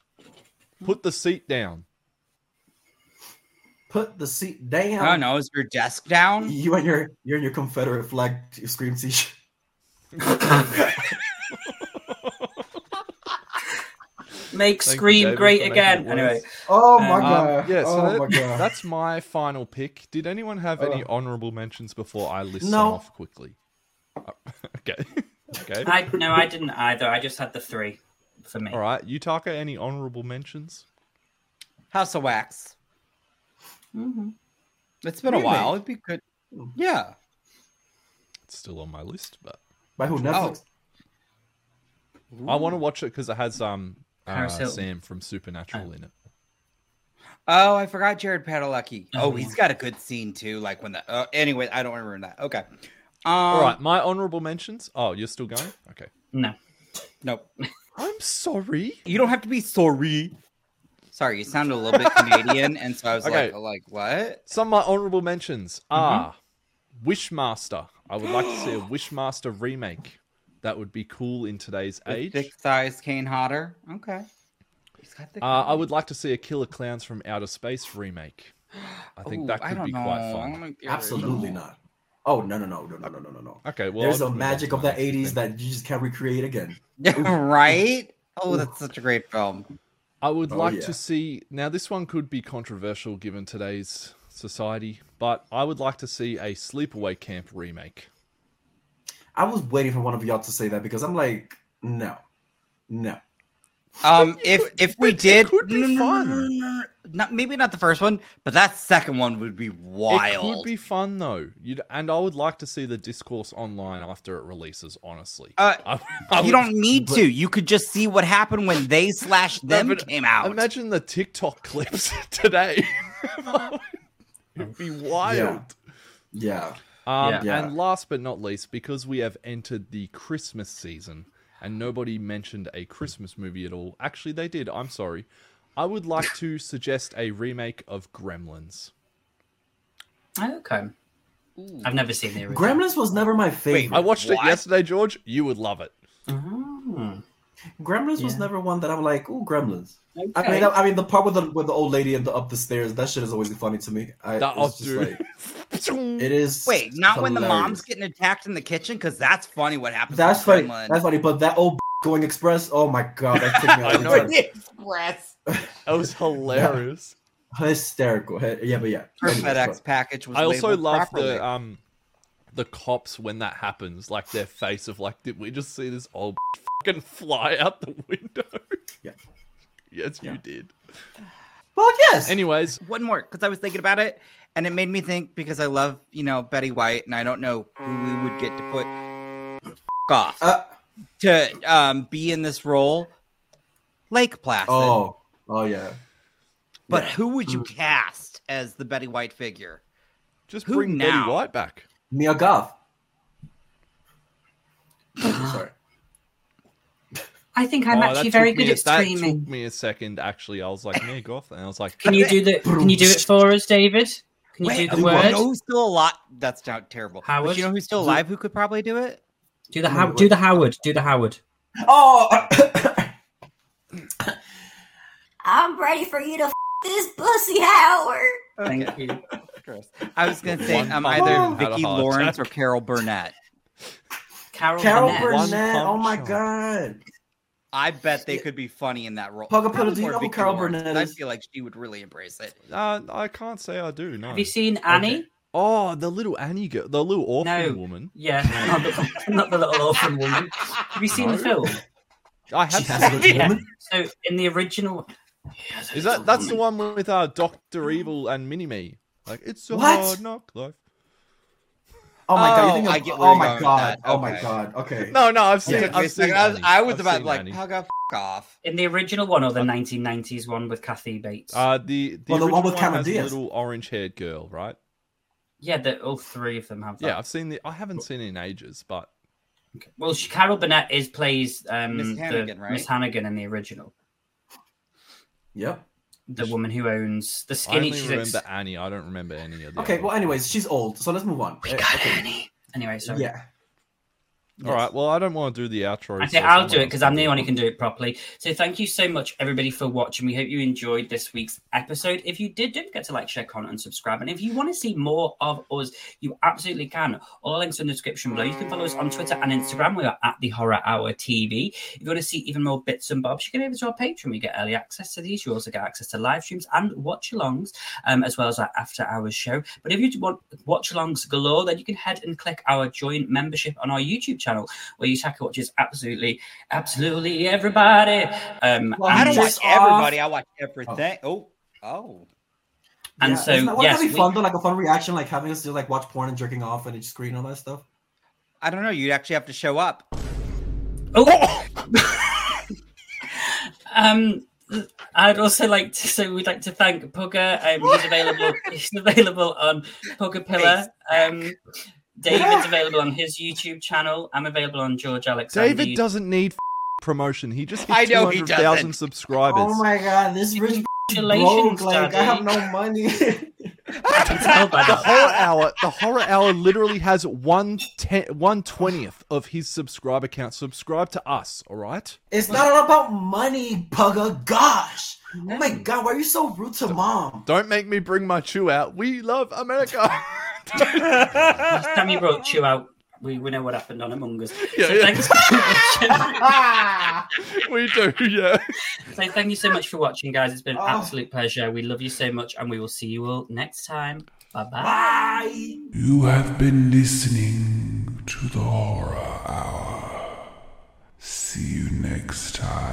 [SPEAKER 1] Put the seat down.
[SPEAKER 2] Put the seat down.
[SPEAKER 4] I don't know. Is your desk down?
[SPEAKER 2] You and your you're in your Confederate flag t- scream t-shirt.
[SPEAKER 3] Make
[SPEAKER 1] Thank you,
[SPEAKER 3] Scream
[SPEAKER 1] David,
[SPEAKER 3] great
[SPEAKER 1] for making
[SPEAKER 3] again.
[SPEAKER 1] it
[SPEAKER 3] Anyway,
[SPEAKER 1] worse.
[SPEAKER 2] Oh
[SPEAKER 3] Um,
[SPEAKER 2] my
[SPEAKER 1] Um,
[SPEAKER 2] god.
[SPEAKER 1] yeah, so
[SPEAKER 2] oh
[SPEAKER 1] that-
[SPEAKER 2] my god.
[SPEAKER 1] that's my final pick. Did anyone have any honorable mentions before I list some
[SPEAKER 2] No.
[SPEAKER 1] off quickly? Oh, okay. okay.
[SPEAKER 3] I no, I didn't either. I just had the three for me.
[SPEAKER 1] All right. Utaka, any honorable mentions?
[SPEAKER 4] House of Wax.
[SPEAKER 1] Mm-hmm.
[SPEAKER 4] It's been a while. It'd be good.
[SPEAKER 1] Oh.
[SPEAKER 4] Yeah.
[SPEAKER 1] It's still on my list, but
[SPEAKER 2] By
[SPEAKER 1] Oh,
[SPEAKER 2] who? Netflix?
[SPEAKER 1] I want to watch it because it has um uh,
[SPEAKER 3] Paris Hilton.
[SPEAKER 1] Sam from Supernatural in it.
[SPEAKER 4] Oh, I forgot Jared Padalecki.
[SPEAKER 3] Oh,
[SPEAKER 4] Oh, he's got a good scene too. Like when the. Uh, anyway, I don't want to ruin that. Okay. Um,
[SPEAKER 2] Uh,
[SPEAKER 1] All right. My honorable mentions. Oh, you're still going? Okay.
[SPEAKER 3] No,
[SPEAKER 4] Nope.
[SPEAKER 1] I'm sorry.
[SPEAKER 4] You don't have to be sorry. Sorry, you sounded a little bit Canadian, and so I was
[SPEAKER 1] Okay.
[SPEAKER 4] like, like what?
[SPEAKER 1] Some of my honorable mentions
[SPEAKER 2] Mm-hmm.
[SPEAKER 1] are Wishmaster. I would like to see a Wishmaster remake. That would be cool in today's age.
[SPEAKER 4] Thick thighs, Kane Hodder. Okay. He's got the.
[SPEAKER 1] Uh, I would like to see a Killer Clowns from Outer Space remake. I think that could be quite fun.
[SPEAKER 2] Absolutely not. Oh no no no no no no no no no.
[SPEAKER 1] Okay, well,
[SPEAKER 2] There's
[SPEAKER 1] I'll
[SPEAKER 2] a
[SPEAKER 1] put it
[SPEAKER 2] magic
[SPEAKER 1] on
[SPEAKER 2] of
[SPEAKER 1] my
[SPEAKER 2] the
[SPEAKER 1] list, I
[SPEAKER 2] '80s
[SPEAKER 1] think.
[SPEAKER 2] that you just can't recreate again.
[SPEAKER 4] right? Oh, that's such a great film.
[SPEAKER 1] I would
[SPEAKER 2] Oh,
[SPEAKER 1] like
[SPEAKER 2] yeah.
[SPEAKER 1] to see. Now, this one could be controversial given today's society, but I would like to see a Sleepaway Camp remake.
[SPEAKER 2] I was waiting for one of y'all to say that because I'm like, no, no.
[SPEAKER 4] Um, if if we
[SPEAKER 1] it
[SPEAKER 4] did,
[SPEAKER 1] could be
[SPEAKER 4] no, no, no,
[SPEAKER 1] fun.
[SPEAKER 4] no, no, no, no. Not maybe not the first one, but that second one would be
[SPEAKER 1] It could
[SPEAKER 4] wild.
[SPEAKER 1] be fun though, You'd, and I would like to see the discourse online after it releases. Honestly,
[SPEAKER 4] Uh,
[SPEAKER 1] I, I
[SPEAKER 4] you
[SPEAKER 1] would-
[SPEAKER 4] don't need to. You could just see what happened when they slash
[SPEAKER 1] No,
[SPEAKER 4] them
[SPEAKER 1] but
[SPEAKER 4] came out.
[SPEAKER 1] Imagine the TikTok clips today. It'd be wild.
[SPEAKER 2] Yeah,
[SPEAKER 1] Um,
[SPEAKER 2] Yeah.
[SPEAKER 1] And last but not least, because we have entered the Christmas season and nobody mentioned a Christmas movie at all, actually, they did. I'm sorry. I would like to suggest a remake of Gremlins.
[SPEAKER 3] okay. I've never seen the original.
[SPEAKER 2] Gremlins was never my favorite.
[SPEAKER 1] I watched
[SPEAKER 4] What?
[SPEAKER 1] it yesterday, George. You would love it.
[SPEAKER 3] Oh,
[SPEAKER 2] Gremlins was
[SPEAKER 3] Yeah.
[SPEAKER 2] never one that I'm like, ooh, Gremlins.
[SPEAKER 3] okay.
[SPEAKER 2] I mean, I, I mean, the part with the with the old lady and the up the stairs, that shit is always funny to me. I,
[SPEAKER 1] That-
[SPEAKER 2] it's
[SPEAKER 1] oh,
[SPEAKER 2] just
[SPEAKER 1] dude.
[SPEAKER 2] like it is.
[SPEAKER 4] Wait, not when the
[SPEAKER 2] hilarious.
[SPEAKER 4] mom's getting attacked in the kitchen because that's funny. What happens?
[SPEAKER 2] That's
[SPEAKER 4] with
[SPEAKER 2] funny.
[SPEAKER 4] Gremlins.
[SPEAKER 2] That's funny. But that old going express. Oh my god, that took me out.
[SPEAKER 1] I
[SPEAKER 2] of
[SPEAKER 1] know.
[SPEAKER 2] the-
[SPEAKER 4] Express.
[SPEAKER 1] That was hilarious.
[SPEAKER 2] Hysterical. He- Yeah, but yeah.
[SPEAKER 4] Her
[SPEAKER 2] Anyways,
[SPEAKER 4] FedEx package was.
[SPEAKER 1] I also
[SPEAKER 4] labeled
[SPEAKER 1] love
[SPEAKER 4] properly.
[SPEAKER 1] the um the cops when that happens, like their face of like, did we just see this old fucking fly out the window?
[SPEAKER 2] Yeah.
[SPEAKER 1] yes, you
[SPEAKER 2] Yeah.
[SPEAKER 1] did.
[SPEAKER 2] but- Well, yes.
[SPEAKER 1] Anyways,
[SPEAKER 4] one more because I was thinking about it and it made me think because I love, you know, Betty White and I don't know who we would get to put f- off
[SPEAKER 2] Uh,
[SPEAKER 4] to um, be in this role. Lake Placid.
[SPEAKER 2] oh, oh yeah.
[SPEAKER 4] but who would you cast as the Betty White figure?
[SPEAKER 1] just
[SPEAKER 4] Who
[SPEAKER 1] bring Betty
[SPEAKER 4] now?
[SPEAKER 1] White back.
[SPEAKER 2] Mia Goth. Sorry.
[SPEAKER 9] I think
[SPEAKER 1] Oh,
[SPEAKER 9] I'm
[SPEAKER 1] that
[SPEAKER 9] actually
[SPEAKER 1] took
[SPEAKER 9] very
[SPEAKER 1] me
[SPEAKER 9] good
[SPEAKER 1] a-
[SPEAKER 9] at
[SPEAKER 1] That
[SPEAKER 9] streaming.
[SPEAKER 1] took me a second. Actually, I was like, "Mia Goth," and I was like,
[SPEAKER 3] Can you do the? Can you do it for us, David? Can you do the
[SPEAKER 4] you
[SPEAKER 3] word?
[SPEAKER 4] know who's still alive? That's not terrible. But
[SPEAKER 3] Howard?
[SPEAKER 4] you know who's still alive who could probably do it?
[SPEAKER 3] Do the how? Do the Howard? Do the Howard?
[SPEAKER 2] Oh.
[SPEAKER 10] I'm ready for you to f- this pussy, Howard.
[SPEAKER 4] Thank you. I was gonna
[SPEAKER 1] The
[SPEAKER 4] say
[SPEAKER 1] one
[SPEAKER 4] um,
[SPEAKER 1] pump
[SPEAKER 4] either
[SPEAKER 1] had a
[SPEAKER 4] Vicki
[SPEAKER 1] heart
[SPEAKER 4] Lawrence
[SPEAKER 1] attack.
[SPEAKER 4] or Carol Burnett.
[SPEAKER 3] Carol,
[SPEAKER 2] Carol
[SPEAKER 3] Burnett.
[SPEAKER 1] One
[SPEAKER 2] Burnett. Oh
[SPEAKER 1] punch
[SPEAKER 2] my
[SPEAKER 1] shot.
[SPEAKER 2] god.
[SPEAKER 4] I bet they could be funny in that role.
[SPEAKER 2] Pugapilla,
[SPEAKER 4] Probably
[SPEAKER 2] do you
[SPEAKER 4] more
[SPEAKER 2] know who
[SPEAKER 4] Vicki
[SPEAKER 2] Carol
[SPEAKER 4] Lawrence,
[SPEAKER 2] Burnett
[SPEAKER 4] but I
[SPEAKER 2] is?
[SPEAKER 4] feel like she would really embrace it.
[SPEAKER 1] uh, "I can't say I do." No.
[SPEAKER 3] Have you seen Annie?
[SPEAKER 1] oh, the little Annie girl, the little orphan
[SPEAKER 3] No.
[SPEAKER 1] woman.
[SPEAKER 3] Yeah, not the, not the little orphan woman. Have you seen the film?
[SPEAKER 1] I have.
[SPEAKER 2] She has a
[SPEAKER 1] Seen,
[SPEAKER 2] little
[SPEAKER 3] Yeah.
[SPEAKER 2] woman.
[SPEAKER 3] So in the original,
[SPEAKER 1] is that that's the one with uh, Doctor Evil and Mini Me? Like it's a
[SPEAKER 2] What?
[SPEAKER 1] hard knock life.
[SPEAKER 2] Oh my god.
[SPEAKER 4] Oh,
[SPEAKER 2] You think of,
[SPEAKER 4] I get where
[SPEAKER 2] oh
[SPEAKER 4] you're going
[SPEAKER 2] my
[SPEAKER 4] with
[SPEAKER 2] god.
[SPEAKER 4] that.
[SPEAKER 2] Oh my
[SPEAKER 4] Okay.
[SPEAKER 2] god. Okay.
[SPEAKER 1] No, no, I've seen.
[SPEAKER 2] Yeah,
[SPEAKER 1] it. I've seen
[SPEAKER 4] I was,
[SPEAKER 1] Annie.
[SPEAKER 4] I was
[SPEAKER 1] I've
[SPEAKER 4] about
[SPEAKER 1] seen
[SPEAKER 4] like
[SPEAKER 1] Annie.
[SPEAKER 4] hug up off.
[SPEAKER 3] in the original one or the 1990s one with Kathy Bates?
[SPEAKER 1] Uh, the the,
[SPEAKER 2] Well, the one
[SPEAKER 1] original
[SPEAKER 2] with Cameron
[SPEAKER 1] has the
[SPEAKER 2] Diaz.
[SPEAKER 1] little orange-haired girl, right?
[SPEAKER 3] yeah, the, all three of them have that.
[SPEAKER 1] Yeah, I've seen the. I haven't seen it in ages, but
[SPEAKER 3] Well, she, Carol Burnett is plays um,
[SPEAKER 4] Miss
[SPEAKER 3] the-
[SPEAKER 4] Hannigan, right?
[SPEAKER 3] Miss Hannigan in the original,
[SPEAKER 2] Yep.
[SPEAKER 3] the woman who owns the
[SPEAKER 1] I
[SPEAKER 3] skinny.
[SPEAKER 1] only
[SPEAKER 3] She's
[SPEAKER 1] remember
[SPEAKER 3] ex-
[SPEAKER 1] Annie. I don't remember any of the.
[SPEAKER 2] Okay.
[SPEAKER 1] other
[SPEAKER 2] Uh, Well, anyways, she's old, so let's move on. We
[SPEAKER 3] got Annie. Anyway, sorry.
[SPEAKER 2] Yeah.
[SPEAKER 1] All right. Well, I don't want to do the outro.
[SPEAKER 3] I
[SPEAKER 1] so
[SPEAKER 3] say
[SPEAKER 1] someone
[SPEAKER 3] I'll do it
[SPEAKER 1] else
[SPEAKER 3] because
[SPEAKER 1] can
[SPEAKER 3] I'm the one who can do it properly. So thank you so much, everybody, for watching. We hope you enjoyed this week's episode. If you did, don't forget to like, share, comment, and subscribe. And if you want to see more of us, you absolutely can. All links in the description below. You can follow us on Twitter and Instagram. We are at the Horror Hour TV. If you want to see even more bits and bobs, you can head over to our Patreon. You get early access to these. You also get access to live streams and watch-alongs, um, as well as our after-hours show. But if you do want watch-alongs galore, then you can head and click our join membership on our YouTube channel, where Yutaka watches absolutely, absolutely everybody. Um,
[SPEAKER 4] Well, I
[SPEAKER 3] and
[SPEAKER 4] don't watch
[SPEAKER 3] just-
[SPEAKER 4] everybody. I watch everything. Oh, oh.
[SPEAKER 3] And so,
[SPEAKER 2] isn't that- wouldn't that
[SPEAKER 3] yes,
[SPEAKER 2] be
[SPEAKER 3] we-
[SPEAKER 2] fun though? Like a fun reaction, like having us do like watch porn and jerking off and it's screen and all that stuff.
[SPEAKER 4] I don't know. You actually have to show up.
[SPEAKER 3] Oh. um, I'd also like to so we'd like to thank Pugger. Um, he's available. he's available on Pugger Pillar. Um, David's available on his YouTube channel. I'm available on George Alexander.
[SPEAKER 1] David doesn't need f- promotion. He just
[SPEAKER 3] I
[SPEAKER 1] hit
[SPEAKER 3] know he
[SPEAKER 1] 200,000
[SPEAKER 3] doesn't.
[SPEAKER 1] subscribers.
[SPEAKER 2] Oh my god, this rich
[SPEAKER 3] Congratulations,
[SPEAKER 2] broke. Like I have
[SPEAKER 3] Daddy. Oh,
[SPEAKER 2] no money.
[SPEAKER 1] the horror hour, the horror hour literally has one ten, one twentieth of his subscriber count. Subscribe to us, all right?
[SPEAKER 2] it's not all about money, Pugga. Gosh. Oh my
[SPEAKER 3] Mm.
[SPEAKER 2] god, why are you so rude to mom?
[SPEAKER 1] Don't make me bring my chew out. We love America.
[SPEAKER 3] Last time you brought you out, we, we know what happened on Among Us.
[SPEAKER 1] Yeah,
[SPEAKER 3] so
[SPEAKER 1] yeah.
[SPEAKER 3] thanks for Ah.
[SPEAKER 1] we do, yeah.
[SPEAKER 3] So thank you so much for watching, guys. It's been an absolute pleasure. We love you so much, and we will see you all next time. Bye-bye.
[SPEAKER 2] Bye.
[SPEAKER 11] You have been listening to the Horror Hour. See you next time.